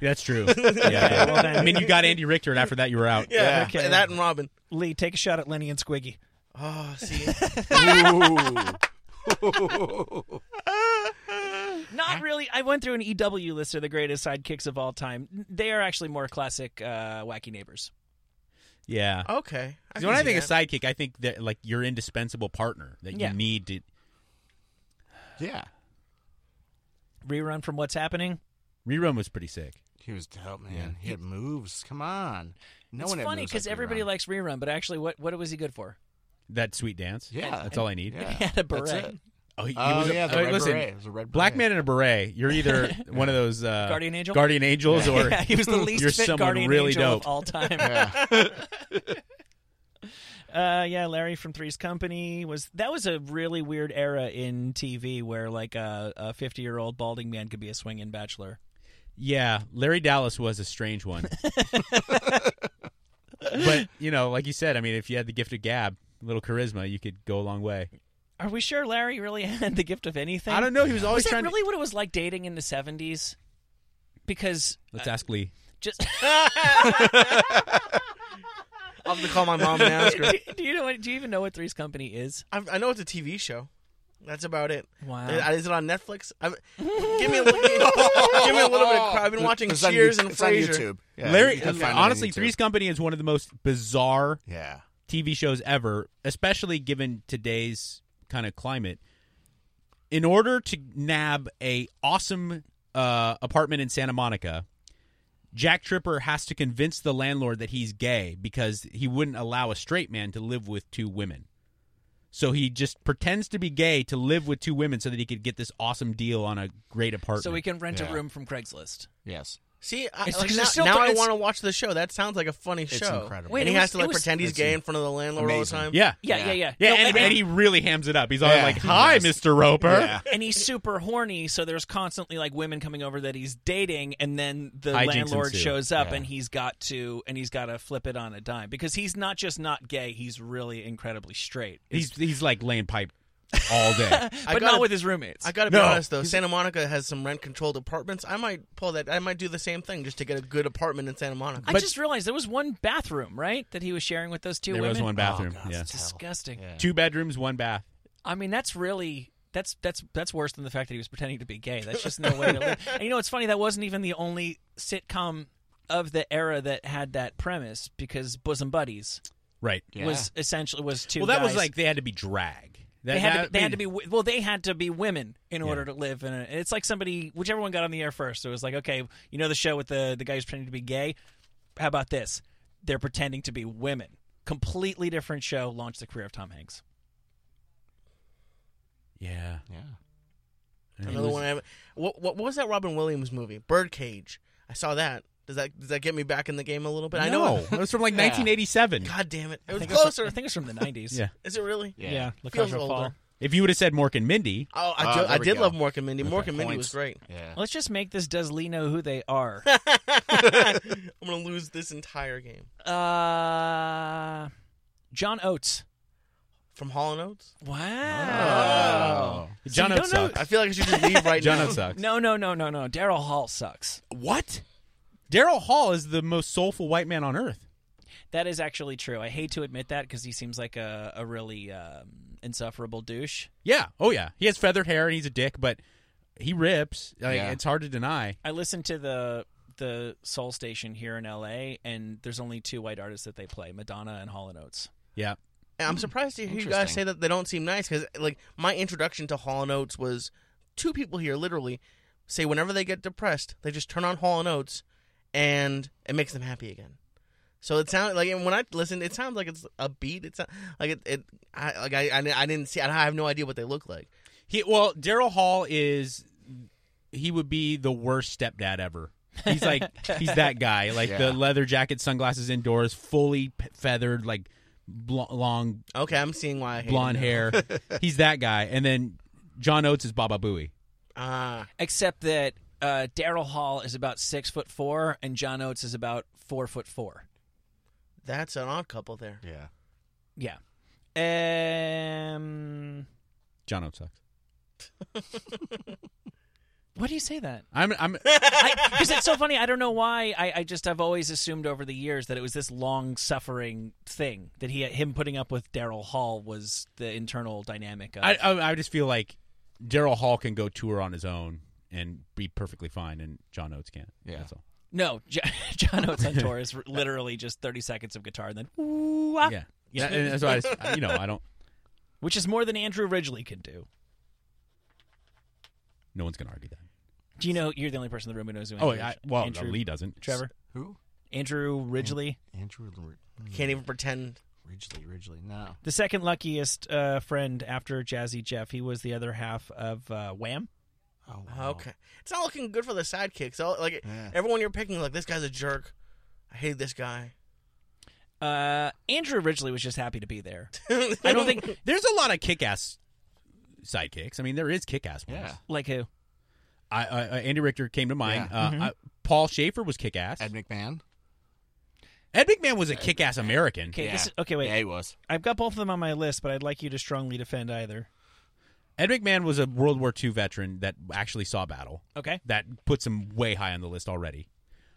C: That's (laughs) true. yeah, yeah.
A: well then-
C: I mean, you got Andy Richter, and after that, you were out.
B: Yeah,
A: okay.
B: that and Robin.
A: Lee, take a shot at Lenny and Squiggy.
B: Oh, see,
A: Not really. I went through an EW list of the greatest sidekicks of all time. They are actually more classic uh, wacky neighbors.
C: Yeah.
B: okay. I
C: 'Cause
B: can
C: when I
B: see that.
C: think of sidekick, I think that like your indispensable partner that
A: Yeah.
C: you need to
D: Yeah.
A: Rerun from What's Happening.
C: rerun was pretty sick.
D: He was dope, man. He had moves. Come on. No
A: it's
D: one had
A: funny
D: moves
A: because
D: like
A: everybody (laughs)
D: Rerun.
A: likes Rerun, but actually, what what was he good for? (laughs)
C: That sweet dance.
D: Yeah.
C: that's all I need.
D: Yeah.
A: He had a
D: That's
A: beret.
D: it.
C: Oh, he, he
D: Oh,
C: was a-
D: yeah, the
C: I mean,
D: red
C: listen,
D: beret. It was a red
C: Black
D: beret.
C: man in a beret.
A: (laughs)
C: You're either one of those uh,
A: Guardian angel?
C: guardian angels,
A: (laughs)
C: or
A: Yeah, he was
D: (laughs)
A: the least
C: you're
A: fit
C: someone
A: guardian
C: really
A: angel
C: dope.
A: of all time.
D: Yeah.
A: (laughs) Uh, yeah, Larry from Three's Company was that was a really weird era in TV where like a a fifty year old balding man could be a swinging bachelor.
C: Yeah, Larry Dallas was a
A: (laughs)
C: strange one. but, you know, like you said, I mean, if you had the gift of gab, a little charisma, you could go a long way.
A: Are we sure Larry really (laughs) had the gift of anything?
C: I don't know. He was always
A: Was that
C: trying
A: really what it was like dating in the seventies? Because
C: to. Let's ask Lee. (laughs)
A: just (laughs)
B: I'll have to call my mom and ask her.
A: do, do you know? What, do you even know what Three's Company is?
B: (laughs) I, I know it's a TV show. That's about it.
A: Wow.
B: Uh, Is it on Netflix? I'm, give me a little, give me a little bit. Of, cra- I've been
D: (laughs)
B: watching
D: Oh, It's on
B: Cheers
D: you-
B: and
D: it's on
B: Frasier.
D: YouTube. Yeah,
C: Larry, uh,
D: you can find it on
C: honestly,
D: YouTube.
C: Three's Company is one of the most bizarre
D: Yeah.
C: TV shows ever, especially given today's kind of climate. In order to nab a awesome uh, apartment in Santa Monica, Jack Tripper has to convince the landlord that he's gay because he wouldn't allow a straight man to live with two women. So he just pretends to be gay to live with two women so that he could get this awesome deal on a great apartment.
A: So we can rent
D: Yeah.
A: a room from Craigslist.
D: Yes.
B: See, I,
A: It's
B: like,
A: just-
B: now,
A: it's still-
B: now I
A: it's-
B: want to watch the show. That sounds like a funny show.
D: It's incredible.
A: Wait,
B: and he
A: it was-
B: has to
A: it
B: like
A: was-
B: pretend he's
D: That's
B: gay
D: in-
B: in front of the landlord all the
D: amazing.
B: time.
C: yeah.
A: Yeah, yeah,
D: Yeah.
A: yeah.
C: Yeah,
A: No,
C: and, and he really hams it up. He's all
D: Yeah.
C: like, "Hi,
D: Yes.
C: Mr. Roper."
D: Yeah.
A: and he's super horny, so there's constantly like women coming over that he's dating, and then the
C: Hijinks
A: landlord
C: ensue.
A: shows up,
D: Yeah.
A: and he's got to and he's got to flip it on a dime because he's not just not gay, he's really incredibly straight,
C: He's he's like laying pipe
A: (laughs)
C: all day.
A: but
B: I
A: not
B: gotta-
A: with his roommates.
B: I gotta be
C: No.
B: honest though, Santa Monica has some rent controlled apartments. I might pull that. I might do the same thing just to get a good apartment in Santa Monica.
A: I just realized there was one bathroom, right, that he was sharing with those two
C: there
A: women. Oh,
C: was one bathroom.
D: God,
C: yeah.
D: that's terrible.
A: Disgusting.
D: Yeah.
C: Two bedrooms, one bath.
A: I mean, that's really that's that's that's worse than the fact that he was pretending to be gay. That's just no way to
C: (laughs)
A: live. And you know, it's funny that wasn't even the only sitcom of the era that had that premise because Bosom Buddies
C: Right.
D: Yeah.
A: was essentially was two.
C: Well, that was
A: guys.
C: like they had to be drag. That,
A: They had, to,
C: that-
A: they
C: I
A: had to be
C: mean,
A: well. They had to be women in order to live. In a, it's like somebody, whichever one got on the air first. It was like, okay, you know the show with the the guy who's pretending to be gay. How about this? They're pretending to be women. Completely different show. Launched the career of Tom Hanks.
C: Yeah.
D: Yeah.
C: And he
B: Another
C: was-
B: one. I haven't, what, what what was that Robin Williams movie? Birdcage. I saw that. Does that does that get me back in the game a little bit? I know.
C: No, that was
B: (laughs)
C: from like 1987.
B: God damn it! It
A: I
B: was
A: think it was-
B: closer.
A: I think it's from the nineties.
C: Yeah.
B: Is it really?
D: Yeah.
A: La
B: Feels
A: Casa
B: older.
A: Fall.
C: If you would have said Mork and Mindy,
B: Oh, I,
D: Ah,
B: do-
D: there
B: I
D: we
B: did
D: go.
B: love Mork and Mindy. Mork and Mindy
D: Points.
B: was great.
D: Yeah.
A: Let's just make this does Lee know who they are?
B: I'm gonna lose this entire game
A: uh, John Oates.
B: from Hall and Oates.
D: Oh.
A: Wow.
C: John
A: you
C: Oates
A: don't know-
C: sucks.
B: I feel like I should just leave
D: (laughs)
B: right
C: John
B: now.
C: Oates sucks.
A: No, no, no, no, no. Daryl Hall sucks.
C: What? Daryl Hall is the most soulful white man on earth.
A: That is actually true. I hate to admit that because he seems like a, a really um, insufferable douche.
C: Yeah. Oh yeah. He has feathered hair and he's a dick, but he rips. Like,
D: Yeah.
C: It's hard to deny.
A: I listened to the the soul station here in LA, and there's only two white artists that they play: Madonna and Hall and Oates.
C: Yeah.
B: And I'm surprised to hear you guys
D: Mm-hmm. Interesting.
B: say that they don't seem nice because, like, my introduction to Hall and Oates was two people here literally say whenever they get depressed, they just turn on Hall and Oates, and it makes them happy again. So it sounds like, and when I listen, it sounds like it's a beat. It's not- like it, it I, like I, I, I didn't see. I have no idea what they look like.
C: He well, Daryl Hall is he would be the worst stepdad ever. He's like he's that guy, like
D: Yeah.
C: the leather jacket, sunglasses indoors, fully p- feathered, like bl- long
B: Okay, I'm seeing why. I hate
C: blonde
B: him now.
C: hair. he's that guy. And then John Oates is Baba Booey.
B: Ah,
A: Except that uh, Daryl Hall is about six foot four, and John Oates is about four foot four.
B: that's an odd couple there.
D: Yeah.
A: Yeah. Um.
C: John Oates sucks.
A: Why do you say that?
C: I'm I'm
A: Because it's so funny. I don't know why. I, I just I've always assumed over the years that it was this long suffering thing that he him putting up with Daryl Hall was the internal dynamic. Of,
C: I, I I just feel like Daryl Hall can go tour on his own and be perfectly fine, and John Oates can't.
D: Yeah.
C: That's all.
A: no, J- (laughs) John Oates on tour is literally just thirty seconds of guitar and then ooh, ah,
C: Yeah. Yeah, and that's why I just- you know I don't.
A: which is more than Andrew Ridgely can do.
C: No one's gonna argue that.
A: (laughs) Do you know you're the only person in the room who knows who?
C: Oh,
A: Andrew,
C: I, well,
A: Andrew,
C: Lee doesn't.
A: Trevor,
D: Who?
A: Andrew Ridgely,
D: Andrew L-
B: Can't even pretend.
D: Ridgely. Ridgely. No.
A: the second luckiest uh, friend after Jazzy Jeff. He was the other half of uh, Wham.
D: Oh. Wow.
B: Okay, it's not looking good for the sidekicks. All like
D: Yeah.
B: everyone you're picking, like this guy's a jerk. I hate this guy.
A: Uh, Andrew Ridgely was just happy to be
C: (laughs)
A: there. I don't think
C: There's a lot of kick-ass sidekicks. I mean, there is kick-ass ones.
D: Yeah.
A: like who.
C: I, I, I- Andy Richter came to mind.
D: Yeah. Mm-hmm.
C: Uh, I, Paul Schaefer was kick-ass.
D: Ed
C: Ed,
D: McMahon.
C: McMahon was a kick-ass American.
A: Okay, this
D: Yeah.
A: is, okay, wait.
D: Yeah, he was.
A: I've got both of them on my list, but I'd like you to strongly defend either.
C: Ed McMahon was a World War II veteran that actually saw battle.
A: Okay,
C: That puts him way high on the list already.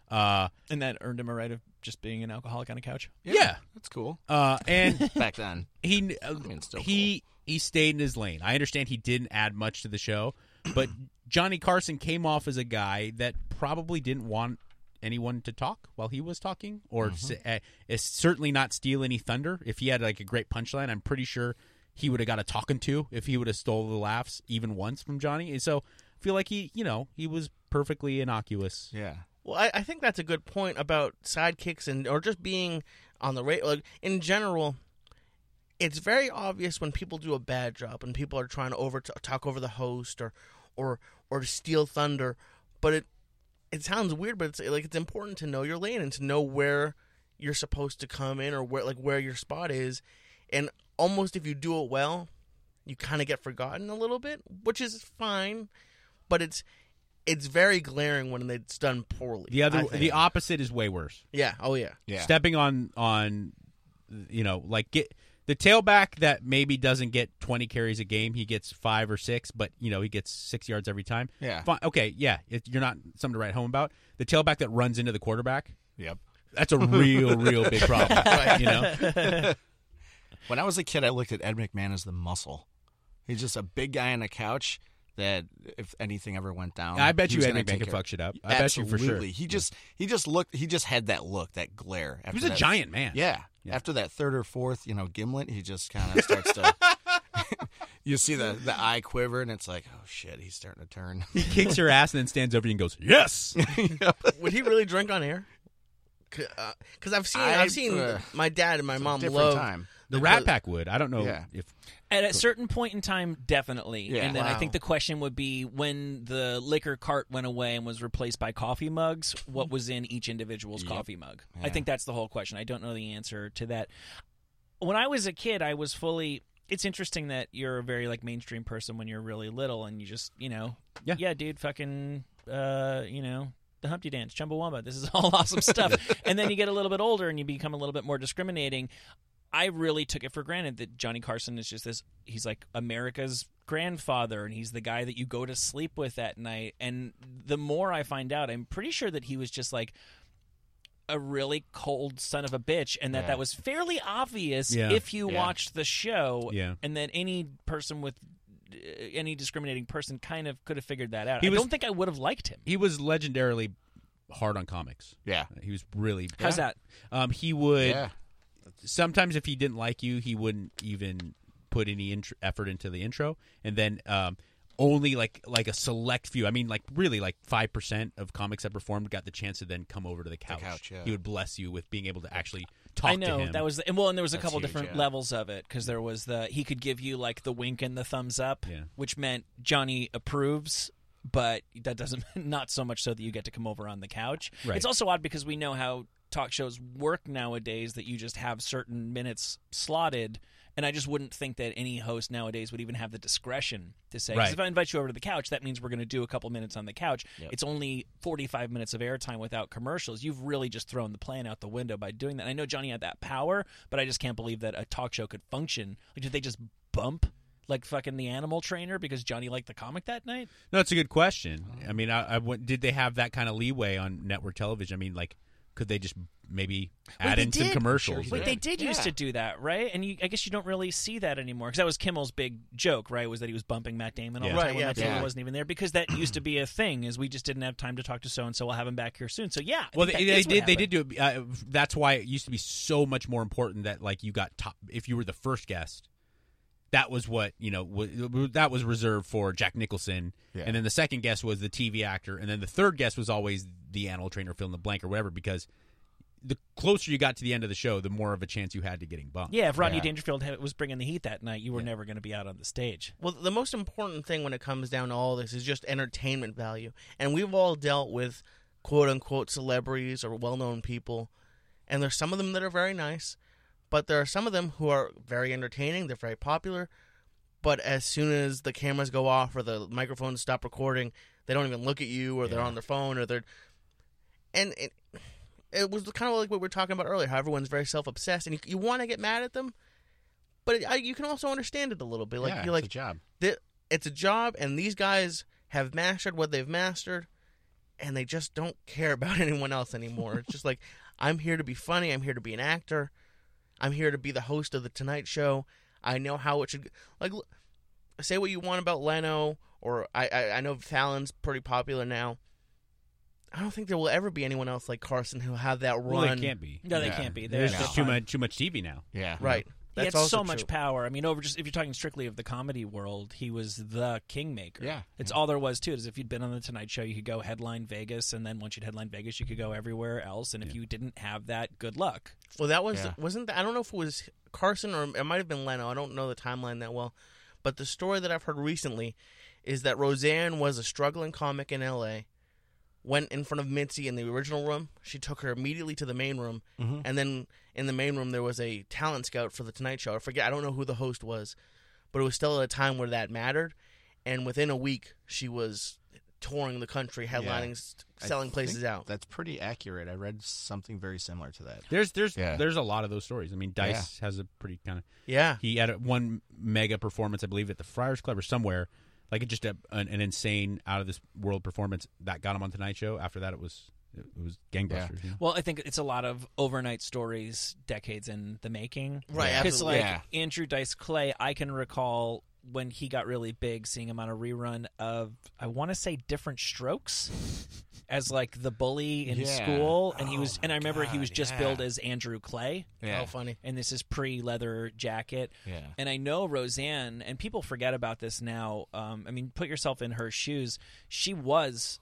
C: Uh,
A: and that earned him a right of just being an alcoholic on a couch.
C: Yeah.
D: That's cool.
C: uh,
D: (laughs)
C: and
D: Back then.
C: he uh,
D: mean, it's still
C: he he stayed in his lane. I understand he didn't add much to the show, but Johnny Carson came off as a guy that probably didn't want anyone to talk while he was talking, or
D: Mm-hmm.
C: s- uh, is certainly not steal any thunder. If he had like a great punchline, I'm pretty sure he would have got a talking to if he would have stole the laughs even once from Johnny. And so I feel like he, you know, he was perfectly innocuous.
D: Yeah.
B: Well, I, I think that's a good point about sidekicks and or just being on the radio. Like in general, it's very obvious when people do a bad job and people are trying to over talk over the host or or or steal thunder. But it it sounds weird, but it's like it's important to know your lane and to know where you're supposed to come in or where like where your spot is. And almost if you do it well, you kind of get forgotten a little bit, which is fine. But it's it's very glaring when it's done poorly.
C: The
B: I
C: other,
B: think.
C: the opposite is way worse.
B: yeah, oh yeah,
D: Yeah.
C: stepping on on you know like get the tailback that maybe doesn't get 20 carries a game he gets five or six but you know he gets six yards every time
D: Yeah.
C: Fine. okay yeah it, you're not something to write home about the tailback that runs into the quarterback
D: Yep.
C: that's
D: (laughs)
C: a real real big problem you know
D: When I was a kid, I looked at Ed McMahon as the muscle. He's just a big guy on a couch that, if anything ever went down,
C: I bet
D: Um, he
C: you
D: was
C: Ed
D: gonna
C: McMahon
D: take
C: could
D: care-
C: fuck shit up. I bet you for sure.
D: Absolutely. He just he just looked. He just had that look, that glare.
C: he
D: After
C: was a
D: that-
C: giant man
D: Yeah. After that third or fourth, you know, gimlet, he just kind of starts
C: (laughs)
D: to. you see the the eye quiver, and it's like, oh shit, he's starting to turn.
C: he kicks your ass and then stands over you and goes
D: (laughs)
C: yes
B: Would he really drink on air? Because I've seen, I,
D: I-
B: have seen
D: uh,
B: my dad and my
D: It's a
B: mom
D: (laughs) different
B: love.
D: time.
C: the rat pack would i don't know
D: Yeah.
C: if
A: At a certain point in time, definitely.
D: Yeah.
A: and then I
B: Wow.
A: think the question would be when the liquor cart went away and was replaced by coffee mugs, what was in each individual's coffee mug? I
D: Yeah.
A: think that's the whole question. I don't know the answer to that. When I was a kid, I was fully. It's interesting that you're a very like mainstream person when you're really little and you just, you know,
C: Yeah.
A: dude, fucking, uh, you know, the Humpty Dance, Chumbawamba. This is (laughs) all awesome
C: (laughs)
A: stuff. and then you get a little bit older and you become a little bit more discriminating. I really took it for granted that Johnny Carson is just this he's like America's grandfather and he's the guy that you go to sleep with at night and the more I find out I'm pretty sure that he was just like a really cold son of a bitch and that
D: Yeah.
A: that was fairly obvious
C: Yeah.
A: if you
D: Yeah.
A: watched the show
C: Yeah.
A: and that any person with uh, any discriminating person kind of could have figured that out.
C: He
A: I
C: was-
A: don't think I would have liked him.
C: he was legendarily hard on comics.
D: Yeah.
C: He was really.
A: How's that?
C: Um, he would
D: Yeah.
C: sometimes if he didn't like you, he wouldn't even put any int- effort into the intro, and then um, only like like a select few. I mean, like really, like five percent of comics that performed got the chance to then come over to the couch.
D: couch, yeah.
C: He would bless you with being able to actually talk
A: I know
C: to him.
A: that was the, and well, and there was a
D: That's
A: couple
D: huge,
A: different
D: yeah.
A: levels of it because there was the he could give you like the wink and the thumbs up,
C: Yeah.
A: which meant Johnny approves, but that doesn't (laughs) not so much so that you get to come over on the couch.
C: Right.
A: It's also odd because we know how talk shows work nowadays that you just have certain minutes slotted. And I just wouldn't think that any host nowadays would even have the discretion to say, 'cause
C: Right.
A: if I invite you over to the couch, that means we're going to do a couple minutes on the couch. It's only 45 minutes of airtime without commercials. You've really just thrown the plan out the window by doing that. And I know Johnny had that power, but I just can't believe that a talk show could function. Like, did they just bump like fucking the animal trainer because Johnny liked the comic that night?
C: no, it's a good question.
D: Oh.
C: I mean, I, I went, did they have that kind of leeway on network television? I mean, like, could they just maybe add
A: they
C: in some
A: did.
C: commercials?
D: Sure,
A: Wait,
D: Yeah.
A: they did used
D: Yeah.
A: to do that, right? And you, I guess you don't really see that anymore because that was Kimmel's big joke, right? Was that he was bumping Matt Damon all
C: Yeah.
A: the time
B: Right,
A: when
B: yeah,
A: Matt Damon
D: yeah.
A: wasn't even there because that used to be a thing. Is we just didn't have time to talk to so and so. We'll have him back here soon. So yeah, I
C: well,
A: think
C: they,
A: that
C: they
A: is what
C: did. They
A: happened.
C: did do it. Uh, that's why it used to be so much more important that like you got top if you were the first guest. That was what you know. W- that was reserved for Jack Nicholson,
D: Yeah.
C: and then the second guest was the TV actor, and then the third guest was always the animal trainer, fill in the blank, or whatever. Because the closer you got to the end of the show, the more of a chance you had to getting bumped.
A: Yeah, if Rodney
D: Yeah.
A: Dangerfield had, was bringing the heat that night, you were never going to be out on the stage.
B: Well, the most important thing when it comes down to all this is just entertainment value. And we've all dealt with quote unquote celebrities or well known people. And there's some of them that are very nice, but there are some of them who are very entertaining. They're very popular. But as soon as the cameras go off or the microphones stop recording, they don't even look at you or they're on their phone or they're. And it, it was kind of like what we were talking about earlier how everyone's very self obsessed and you, you want to get mad at them. But it, I, you can also understand it a little bit. Like
D: yeah,
B: you're like,
D: it's a job.
B: thi- it's a job, and these guys have mastered what they've mastered, and they just don't care (laughs) about anyone else anymore. it's just like I'm here to be funny. I'm here to be an actor. I'm here to be the host of the Tonight Show. I know how it should like. l- Say what you want about Leno, or I I, I know Fallon's pretty popular now. I don't think there will ever be anyone else like Carson who'll have that run.
C: well, they can't be.
A: No, they
D: Yeah.
A: can't be. They're
C: There's
D: Yeah.
C: just
A: they're
C: too
A: fine.
C: much too much TV now.
D: Yeah.
B: Right.
A: He
B: That's
A: had
B: also
A: so much
B: true.
A: power. I mean, over just if you're talking strictly of the comedy world, he was the kingmaker.
D: Yeah.
A: it's all there was to it. Is if you'd been on the Tonight Show, you could go headline Vegas, and then once you'd headline Vegas, you could go everywhere else. And if you didn't have that, good luck.
B: Well, that was
D: Yeah.
B: wasn't that, I don't know if it was Carson or it might have been Leno. I don't know the timeline that well, but the story that I've heard recently is that Roseanne was a struggling comic in L.A. Went in front of Mitzi in the original room. She took her immediately to the main room,
D: Mm-hmm.
B: and then in the main room there was a talent scout for the Tonight Show. I forget. I don't know who the host was, but it was still at a time where that mattered. And within a week, she was touring the country, headlining, s
D: I
B: selling
D: think
B: places out.
D: That's pretty accurate. I read something very similar to that.
C: There's there's
D: Yeah.
C: there's a lot of those stories. I mean, Dice has a pretty kind of
B: yeah,
C: He had a, one mega performance, I believe, at the Friars Club or somewhere. Like just a, an, an insane, out of this world performance that got him on Tonight Show. After that, it was it was gangbusters. you know?
A: Well, I think it's a lot of overnight stories, decades in the making.
B: Right,
A: Because
B: absolutely.
A: like
D: Yeah.
A: Andrew Dice Clay, I can recall when he got really big, seeing him on a rerun of I want to say Different Strokes. As like the bully in
D: Yeah.
A: school, and he was,
D: Oh
A: and I
D: my
A: remember he
D: God,
A: was just
D: yeah.
A: billed as Andrew Clay,
D: Yeah.
B: how funny.
A: and this is pre leather jacket.
D: Yeah.
A: And I know Roseanne, and people forget about this now. Um, I mean, put yourself in her shoes. She was,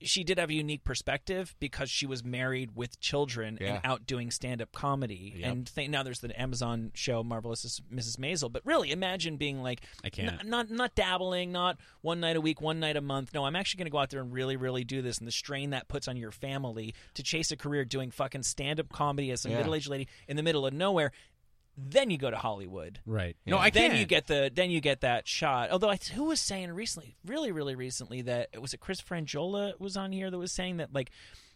A: she did have a unique perspective because she was married with children
D: Yeah.
A: and out doing stand up comedy.
D: Yep.
A: And th- now there's the Amazon show, Marvelous Mrs. Maisel. But really, imagine being like,
C: I can't.
A: n- not not dabbling, not one night a week, one night a month. No, I'm actually going to go out there and really, really do this. And the strain that puts on your family to chase a career doing fucking stand up comedy as a
D: Yeah.
A: middle aged lady in the middle of nowhere. Then you go to Hollywood.
C: right? No, I
A: then
C: can't.
A: you get the then you get that shot. Although I, who was saying recently, really, really recently, that was it Chris Frangiola was on here that was saying that like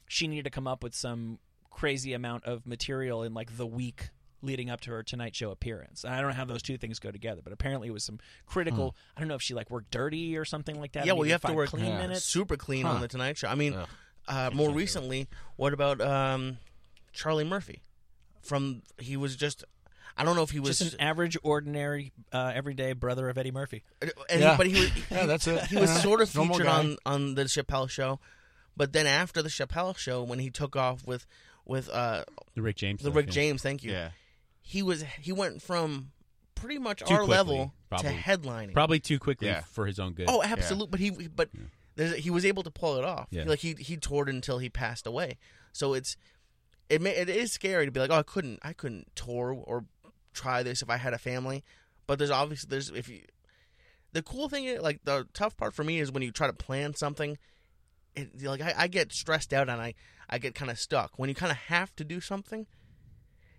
A: she needed to come up with some crazy amount of material in like the week leading up to her Tonight Show appearance. And I don't know how those two things go together, but apparently it was some critical. I don't know if she like worked dirty or something like that.
B: Hmm. Yeah,
A: and
B: well,
A: needed
B: you have to
A: find
B: work-
A: clean
D: Yeah.
A: minutes.
B: super clean on
D: Huh.
B: the Tonight Show. I mean,
D: Ugh.
B: uh, more recently, what about um, Charlie Murphy? From he was just, I don't know if he was, uh,
A: Just an average, ordinary, uh, everyday brother of Eddie Murphy.
B: and he-
D: Yeah.
B: but he was,
D: Yeah, that's it.
B: Uh-huh.
D: (laughs)
B: he was sort of
D: Normal
B: featured
D: guy.
B: on on the Chappelle Show, But then after the Chappelle show, when he took off with with uh,
C: The Rick James.
B: the
C: stuff,
B: Rick
C: yeah.
B: James, thank you.
D: Yeah.
B: He was he went from pretty much
C: Too
B: our
C: quickly,
B: level
C: probably.
B: to headlining.
C: Probably too quickly
D: Yeah.
C: for his own good.
B: Oh, absolutely. But he, but there's, he was able to pull it off.
C: Yeah.
B: Like he, he toured until he passed away. So it's, it may, it is scary to be like, oh, I couldn't, I couldn't tour or try this if I had a family. But there's obviously there's if you, the cool thing, is, like the tough part for me is when you try to plan something, it, you're like I, I get stressed out and I, I get kind of stuck. When you kind of have to do something,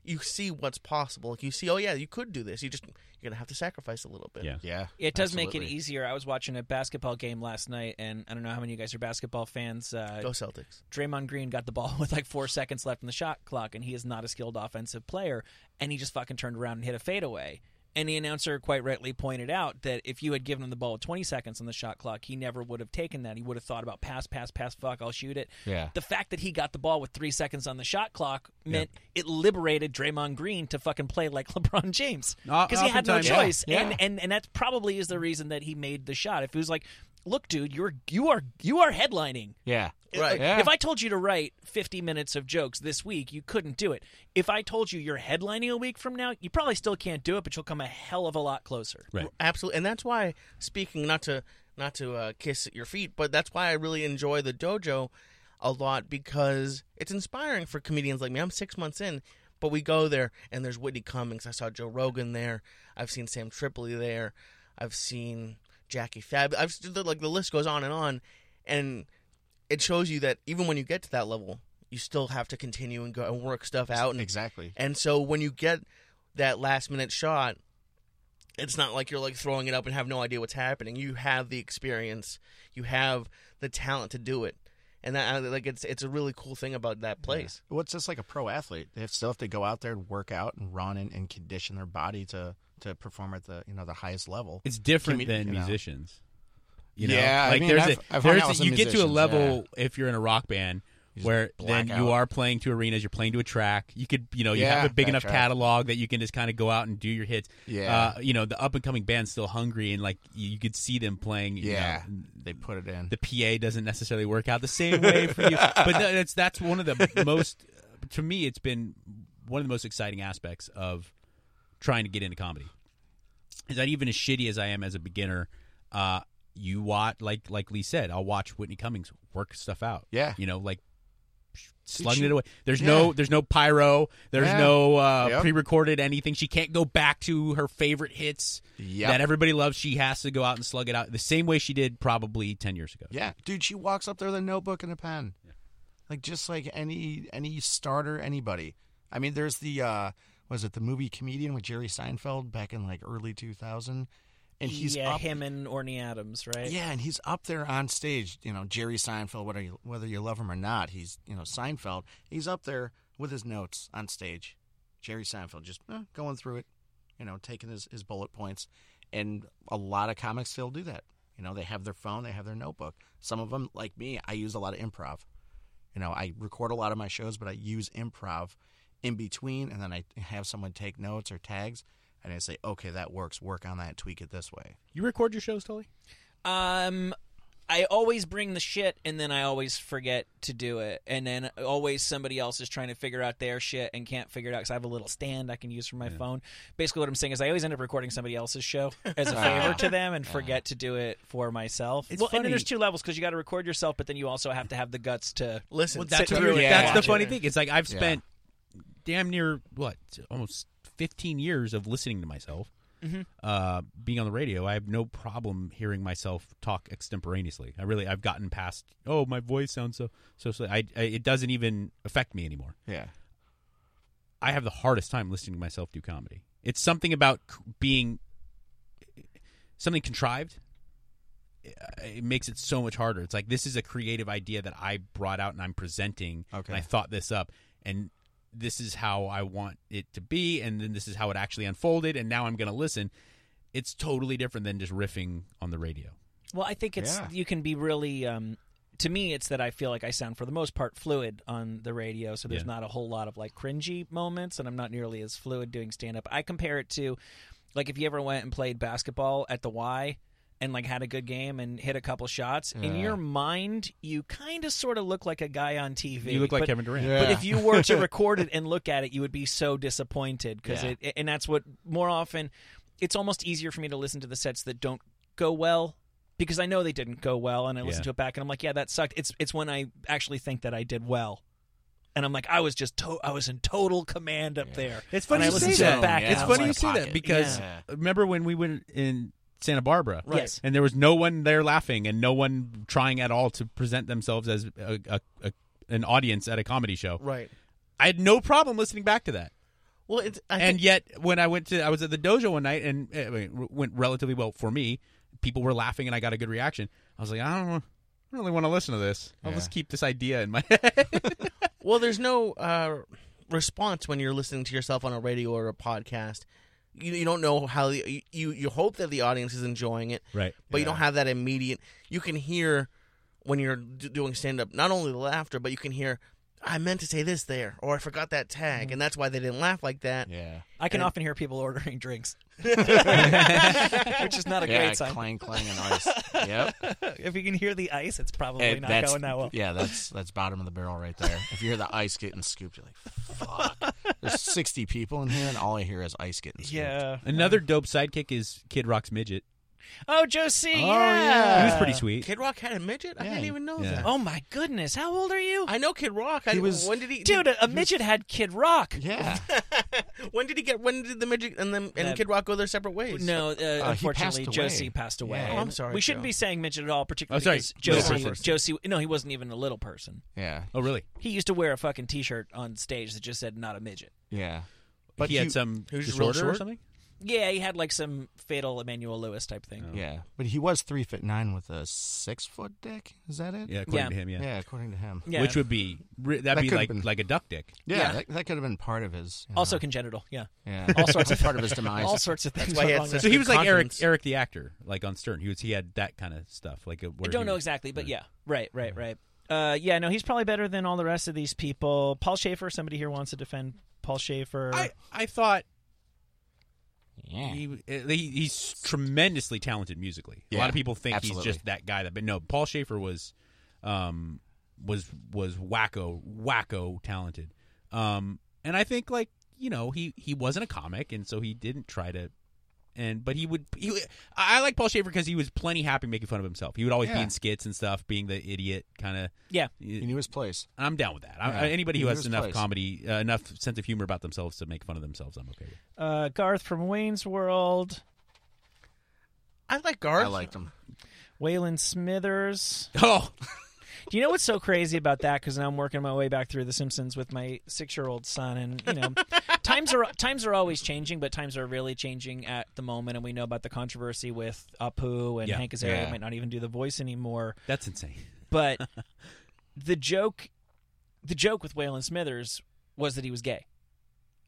B: you see what's possible. Like you see, oh yeah, you could do this. You just you're gonna have to sacrifice a little bit.
C: Yeah.
D: Yeah.
A: It does make it
D: absolutely.
A: easier. I was watching a basketball game last night, and I don't know how many of you guys are basketball fans. Uh,
B: Go Celtics.
A: Draymond Green got the ball (laughs) with like four seconds left in the shot clock, and he is not a skilled offensive player, and he just fucking turned around and hit a fadeaway. And the announcer quite rightly pointed out that if you had given him the ball with 20 seconds on the shot clock, he never would have taken that. He would have thought about pass, pass, pass, fuck, I'll shoot it.
D: Yeah.
A: The fact that he got the ball with three seconds on the shot clock meant it liberated Draymond Green to fucking play like (laughs) LeBron James
C: O-
A: because he had no
C: oftentimes, yeah.
A: choice.
D: Yeah.
A: And and and that probably is the reason that he made the shot. If he was like, "Look, dude, you're you are you are headlining."
D: Yeah.
B: Right.
D: Yeah.
A: If I told you to write 50 minutes of jokes this week, you couldn't do it. If I told you you're headlining a week from now, you probably still can't do it, but you'll come a hell of a lot closer.
C: Right.
B: absolutely and that's why speaking not to not to uh, kiss your feet but that's why i really enjoy the dojo a lot because it's inspiring for comedians like me i'm six months in but we go there and there's whitney cummings i saw joe rogan there i've seen sam tripoli there i've seen jackie fab i've like the list goes on and on and it shows you that even when you get to that level you still have to continue and go and work stuff out and
D: Exactly.
B: and so when you get that last minute shot, it's not like you're like throwing it up and have no idea what's happening. You have the experience, you have the talent to do it, and that uh, like it's it's a really cool thing about that place.
D: Well, it's just like a pro athlete. They have still have to go out there and work out and run and, and condition their body to to perform at the you know the highest level.
C: It's different
D: Commu-
C: than
D: you know.
C: musicians. You know,
D: Yeah, I
C: like
D: mean,
C: there's
D: I've-
C: a,
D: I've hung
C: there's
D: out with
C: a,
D: some
C: you get to a
D: musicians,
C: level if you're in a rock band
D: You just
C: where
D: black
C: then you
D: out.
C: are playing to arenas, you're playing to a track. You could, you know, you
D: Yeah,
C: have a big
D: that
C: enough
D: track.
C: catalog that you can just kind of go out and do your hits.
D: Yeah.
C: uh, you know, the up and coming band's still hungry, and like you, you could see them playing. you
D: Yeah,
C: know,
D: they put it in.
C: the PA doesn't necessarily work out the same way for
D: (laughs)
C: you. But tha- that's that's one of the most to me it's been one of the most exciting aspects of trying to get into comedy. Is that even as shitty as I am as a beginner, uh you watch like like Lee said, I'll watch Whitney Cummings work stuff out.
D: Yeah.
C: You know, like slugging
D: she-
C: it away. There's
D: yeah.
C: no there's no pyro, there's
D: Yeah.
C: no uh
D: Yep.
C: pre-recorded anything. She can't go back to her favorite hits
D: Yep.
C: that everybody loves. She has to go out and slug it out the same way she did probably 10 years ago.
D: yeah, dude, she walks up there with a notebook and a pen, like just like any any starter anybody. I mean, there's the uh was it the movie comedian with Jerry Seinfeld back in like early 2000, and he's
A: yeah,
D: up
A: him and Orny Adams, right?
D: Yeah, and he's up there on stage, you know, Jerry Seinfeld, whether you, whether you love him or not, he's, you know, Seinfeld. He's up there with his notes on stage. Jerry Seinfeld just eh, going through it, you know, taking his, his bullet points. And a lot of comics still do that. You know, they have their phone, they have their notebook. Some of them, like me, I use a lot of improv. You know, I record a lot of my shows, but I use improv in between, and then I have someone take notes or tags, and I say, okay, that works. Work on that, tweak it this way.
C: You record your shows, Tully?
A: Um, I always bring the shit, and then I always forget to do it, and then always somebody else is trying to figure out their shit and can't figure it out because I have a little stand I can use for my phone. Basically, what I'm saying is I always end up recording somebody else's show
C: (laughs)
A: as a favor to them and forget to do it for myself.
C: Ah. It's
A: well, and then
C: funny.
A: there's two levels because you got to record yourself, but then you also have to have the guts to.
B: Listen,
A: Well, that's
B: sit
A: what
B: through
A: we were-
B: it.
C: That's the
A: watch
C: funny
A: it.
C: thing. It's like I've
D: Yeah.
C: spent damn near what almost fifteen years of listening to myself. Uh, being on the radio, I have no problem hearing myself talk extemporaneously. I really, I've gotten past. Oh, my voice sounds so so. so I, I it doesn't even affect me anymore.
D: Yeah.
C: I have the hardest time listening to myself do comedy. It's something about c- being something contrived. It- It makes it so much harder. It's like this is a creative idea that I brought out and I'm presenting.
D: Okay.
C: And I thought this up, and this is how I want it to be, and then this is how it actually unfolded, and now I'm going to listen. It's totally different than just riffing on the radio.
A: Well, I think it's
D: Yeah.
A: you can be really. Um, to me, it's that I feel like I sound for the most part fluid on the radio, so there's
C: Yeah.
A: not a whole lot of like cringy moments, and I'm not nearly as fluid doing stand up. I compare it to like if you ever went and played basketball at the Y. and like had a good game and hit a couple shots, in
D: Yeah.
A: your mind you kind of sort of look like a guy on TV.
C: You look like
A: but-
C: Kevin Durant.
D: Yeah.
A: But if you were to record it and look at it, you would be so disappointed because
D: Yeah.
A: it. And that's what more often, it's almost easier for me to listen to the sets that don't go well because I know they didn't go well, and I listen
C: Yeah.
A: to it back and I'm like, yeah, that sucked. It's it's when I actually think that I did well, and I'm like, I was just to- I was in total command up there.
C: It's
A: funny
D: you say that. Yeah,
C: it's
D: it's
C: funny
D: like
C: you
D: a
C: say that
D: pocket.
C: because
D: Yeah.
C: remember when we went in Santa Barbara,
A: Right. Yes.
C: And there was no one there laughing and no one trying at all to present themselves as a, a, a, an audience at a comedy show.
B: Right.
C: I had no problem listening back to that.
B: Well, it's, I
C: and
B: think,
C: yet when I went to I was at the dojo one night and eh, I mean, it went relatively well for me. People were laughing and I got a good reaction. I was like, I don't really want to listen to this. I'll just keep this idea in my (laughs) head.
B: well, there's no uh, response when you're listening to yourself on a radio or a podcast. You, you don't know how the, you you hope that the audience is enjoying it,
C: Right.
B: But you don't have that immediate. You can hear when you're d- doing stand up, not only the laughter, but you can hear. I meant to say this there, or I forgot that tag, and that's why they didn't laugh like that.
D: Yeah.
A: I can often hear people ordering drinks, (laughs) which is not a
D: yeah,
A: great sign.
D: clang, clang, and
A: (laughs)
D: ice. yep.
A: If you can hear the ice, it's probably
D: Eh,
A: not going that well.
D: Yeah, that's that's bottom of the barrel right there. If you hear the ice getting scooped, you're like, fuck. There's 60 people in here, and all I hear is ice getting scooped.
A: Yeah.
C: Another dope sidekick is Kid Rock's midget.
A: Oh, Josie.
D: Oh,
A: yeah.
D: yeah.
C: he was pretty sweet.
B: Kid Rock had a midget. I
D: Yeah,
B: didn't
D: he-
B: even know
C: yeah.
B: that.
A: Oh my goodness, how old are you?
B: I know Kid Rock. I,
D: He was-
B: when did he?
A: Dude, a, a midget had Kid Rock.
D: Yeah.
B: (laughs) when did he get? When did the midget and then and
A: Uh,
B: Kid Rock go their separate ways?
A: No, uh, unfortunately,
D: passed away.
A: Josie passed away.
D: Yeah.
B: Oh, I'm sorry,
A: We shouldn't
B: Joe.
A: be saying midget at all, particularly
C: Oh, sorry.
A: because
C: Little
A: Josie,
B: person.
A: Josie. No, he wasn't even a little person.
D: Yeah.
C: Oh, really?
A: He used to wear a fucking T-shirt on stage that just said "not a midget."
D: Yeah.
C: But he, had
D: he-
C: some
B: he was just real
C: disorder or
B: short?
C: something.
A: Yeah, he had like some fatal Emmanuel Lewis type thing.
D: Yeah. But he was three foot nine with a six foot dick. Is that it?
C: Yeah, according
A: Yeah.
C: to him. Yeah.
D: Yeah, according to him.
A: Yeah.
C: Which would be ri- that'd
D: That
C: be
D: could've
C: like
D: been-
C: like a duck dick.
D: Yeah,
A: Yeah.
D: That, that could have been part of his. you
A: also
D: know,
A: congenital. Yeah,
D: yeah.
A: (laughs) all sorts of-
D: (laughs) part of his demise.
A: all sorts of things.
B: why he
A: went
B: had
A: wrong
B: such-
C: So he
B: good
C: was like
B: confidence.
C: Eric Eric the actor, like on Stern. He was he had that kind of stuff. Like uh, a,
A: I don't know exactly, but yeah, right, right, right. Uh, yeah, no, he's probably better than all the rest of these people. Paul Schaefer, somebody here wants to defend Paul Schaefer.
C: I I thought
D: Yeah.
C: He, eh, he he's tremendously talented musically. a lot
D: Yeah,
C: of people think
D: absolutely.
C: he's just that guy that but no, Paul Schaefer was um was was wacko wacko talented. Um and I think like, you know, he he wasn't a comic and so he didn't try to and but he would he, I I like Paul Schaefer because he was plenty happy making fun of himself. He would always be
D: Yeah.
C: in skits and stuff, being the idiot kind of
A: yeah,
D: He knew his place.
C: I'm down with that. I,
D: Yeah.
C: Anybody who
D: He
C: has
D: was
C: enough
D: close.
C: comedy, uh, enough sense of humor about themselves to make fun of themselves, I'm okay with.
A: uh, Garth from Wayne's World,
B: I like Garth.
D: I liked him.
A: Waylon Smithers.
C: Oh,
A: Do you know what's so crazy about that? Because now I'm working my way back through The Simpsons with my six-year-old son, and you know, times are times are always changing, but times are really changing at the moment. And we know about the controversy with Apu and
C: Yeah.
A: Hank Azaria
D: Yeah.
A: might not even do the voice anymore.
C: that's insane.
A: But the joke, the joke with Waylon Smithers was that he was gay.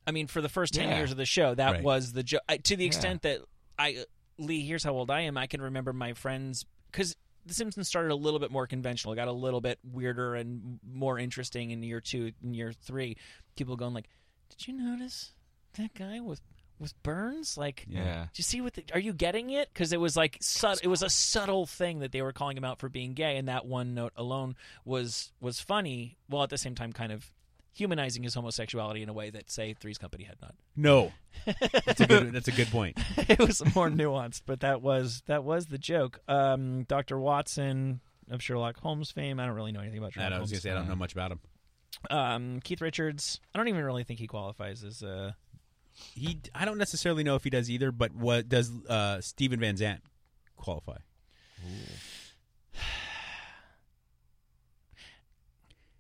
A: I mean, for the first ten
D: Yeah.
A: years of the show, that
C: Right.
A: was the joke. To the
D: Yeah.
A: extent that I, Lee, here's how old I am. I can remember my friends because The Simpsons started a little bit more conventional, got a little bit weirder and more interesting in year two, and year three. People going like, "Did you notice that guy with with burns? Like,
C: Yeah.
D: Yeah.
A: do you see what? The, are you getting it? Because it was like sub, it was a subtle thing that they were calling him out for being gay, and that one note alone was was funny. While at the same time, kind of humanizing his homosexuality in a way that, say, Three's Company had not.
C: No, that's a good. That's a good (laughs) point.
A: (laughs) it was more nuanced, but that was that was the joke. Um, Doctor Watson of Sherlock Holmes fame. I don't really know anything about Sherlock
C: I was
A: Holmes.
C: gonna say I don't know much about him.
A: um, Keith Richards. I don't even really think he qualifies as. Uh,
C: He, d- I don't necessarily know if he does either. But what does uh, Steven Van Zandt qualify? You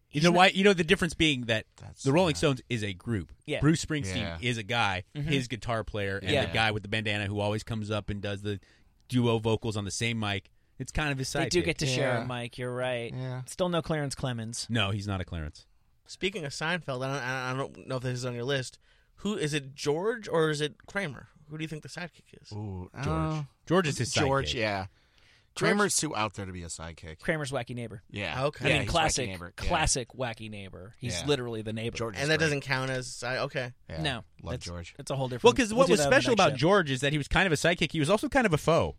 A: He's
C: know
A: not-
C: why? You know the difference being that
D: That's
C: the Rolling
D: not-
C: Stones is a group.
A: Yeah. Mm-hmm.
C: Bruce Springsteen
D: Yeah.
C: is a guy, his guitar player, and
A: Yeah.
C: the guy with the bandana who always comes up and does the duo vocals on the same mic. It's kind of his
A: they
C: side.
A: do get to share
D: Yeah.
A: a mic. You're right.
D: Yeah.
A: Still no Clarence Clemens.
C: No, he's not a Clarence.
B: Speaking of Seinfeld, I don't, I don't know if this is on your list. Who is it, George or is it Kramer? Who do you think the sidekick is?
D: Ooh, uh,
C: George. George is his
D: George,
C: sidekick.
D: yeah. Kramer's too out there to be a sidekick.
A: Kramer's wacky neighbor.
D: Yeah.
B: Okay.
A: I
D: Yeah,
A: mean,
D: he's
A: classic,
D: wacky neighbor. Yeah.
A: classic wacky neighbor. He's
D: Yeah.
A: literally the neighbor.
D: George, is
B: and that
D: great.
B: doesn't count as side- okay.
D: Yeah.
A: No,
D: love
A: that's-
B: (laughs)
D: George.
A: It's a whole different.
C: Well, because
A: we'll
C: what
A: do
C: was
A: that on the
C: special
A: next
C: about
A: show.
C: George is that he was kind of a sidekick. He was also kind of a foe.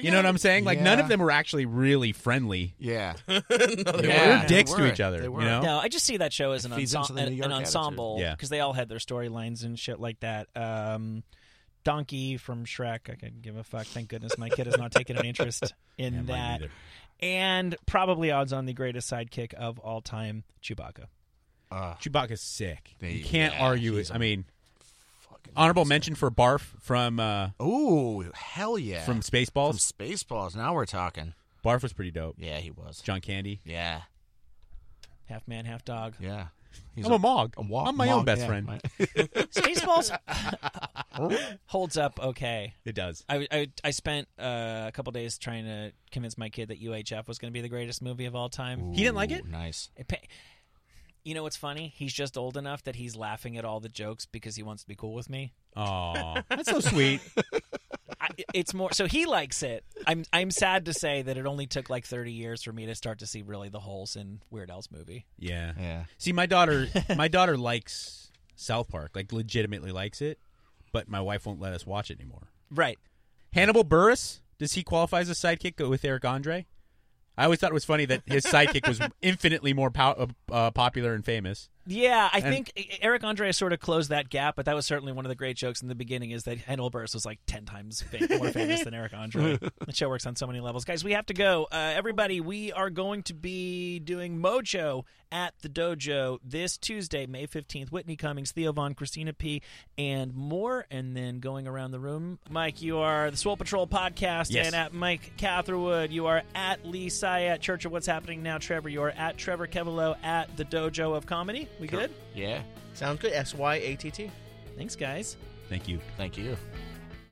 C: You know what I'm saying? Like none
D: Yeah.
C: of them were actually really friendly.
D: Yeah.
C: They
D: Yeah,
C: were
D: they
C: dicks
D: were.
C: to each other.
D: They
C: You
D: were.
C: know?
A: No, I just see that show as an,
D: It feeds
A: ensemble,
D: into the New
A: an,
D: York
A: an
D: attitude.
A: ensemble
C: Yeah.
A: because they all had their storylines and shit like that. Um, Donkey from Shrek, I could give a fuck. Thank goodness my kid is not taking an
D: (laughs)
A: interest in
C: Yeah, mine
A: that.
C: (sighs) neither.
A: And probably odds on the greatest sidekick of all time, Chewbacca.
D: Uh,
C: Chewbacca's sick.
D: They-
C: you can't
D: yeah,
C: argue
D: he's
C: it.
D: a
C: I mean, honorable mention for Barf from uh,
D: ooh, hell yeah.
C: from
D: From
C: Spaceballs.
D: Spaceballs. Now we're talking.
C: Barf was pretty dope.
D: Yeah, he was.
C: John Candy.
D: Yeah.
A: Half man, half dog.
D: Yeah. He's
C: I'm a, mog.
D: a wa-
C: I'm my
D: mog,
C: own best
D: yeah,
C: friend.
D: my-
A: Spaceballs (laughs) holds up okay.
C: It (laughs) does.
A: I, I, I spent uh, a couple days trying to convince my kid that UHF was going to be the greatest movie of all time.
C: He didn't like
D: Ooh,
C: it?
D: Nice.
A: It pa- you know what's funny? He's just old enough that he's laughing at all the jokes because he wants to be cool with me.
C: Oh, that's (laughs) so sweet.
A: I, (laughs) it's more so he likes it. I'm I'm sad to say that it only took like 30 years for me to start to see really the holes in Weird Al's movie.
C: Yeah.
D: Yeah.
C: See, my (laughs) daughter, my daughter likes South Park. Like, legitimately likes it, but my wife won't let us watch it anymore.
A: Right.
C: Hannibal Burris. Does he qualify as a sidekick with Eric Andre? I always thought it was funny that his sidekick was infinitely more pow- uh, popular and famous.
A: Yeah, I
C: And-
A: think E-, Eric Andre sort of closed that gap, but that was certainly one of the great jokes in the beginning is that Hannibal Buress was like 10 times fa- more famous than Eric
C: (laughs)
A: Andre. The show works on so many levels. Guys, we have to go. Uh, everybody, we are going to be doing Mojo at the Dojo this Tuesday, May 15th. Whitney Cummings, Theo Von, Christina P., and more. And then going around the room, Mike, you are the Swole Patrol podcast,
C: Yes.
A: and at Uh, Mike Catherwood, you are at Lee Syatt, Church of What's Happening Now, Trevor, you are at Trevor Kevelo at the Dojo of Comedy. We good?
D: Yeah.
B: Sounds good. S Y A T T.
A: Thanks, guys.
C: Thank you.
D: Thank you.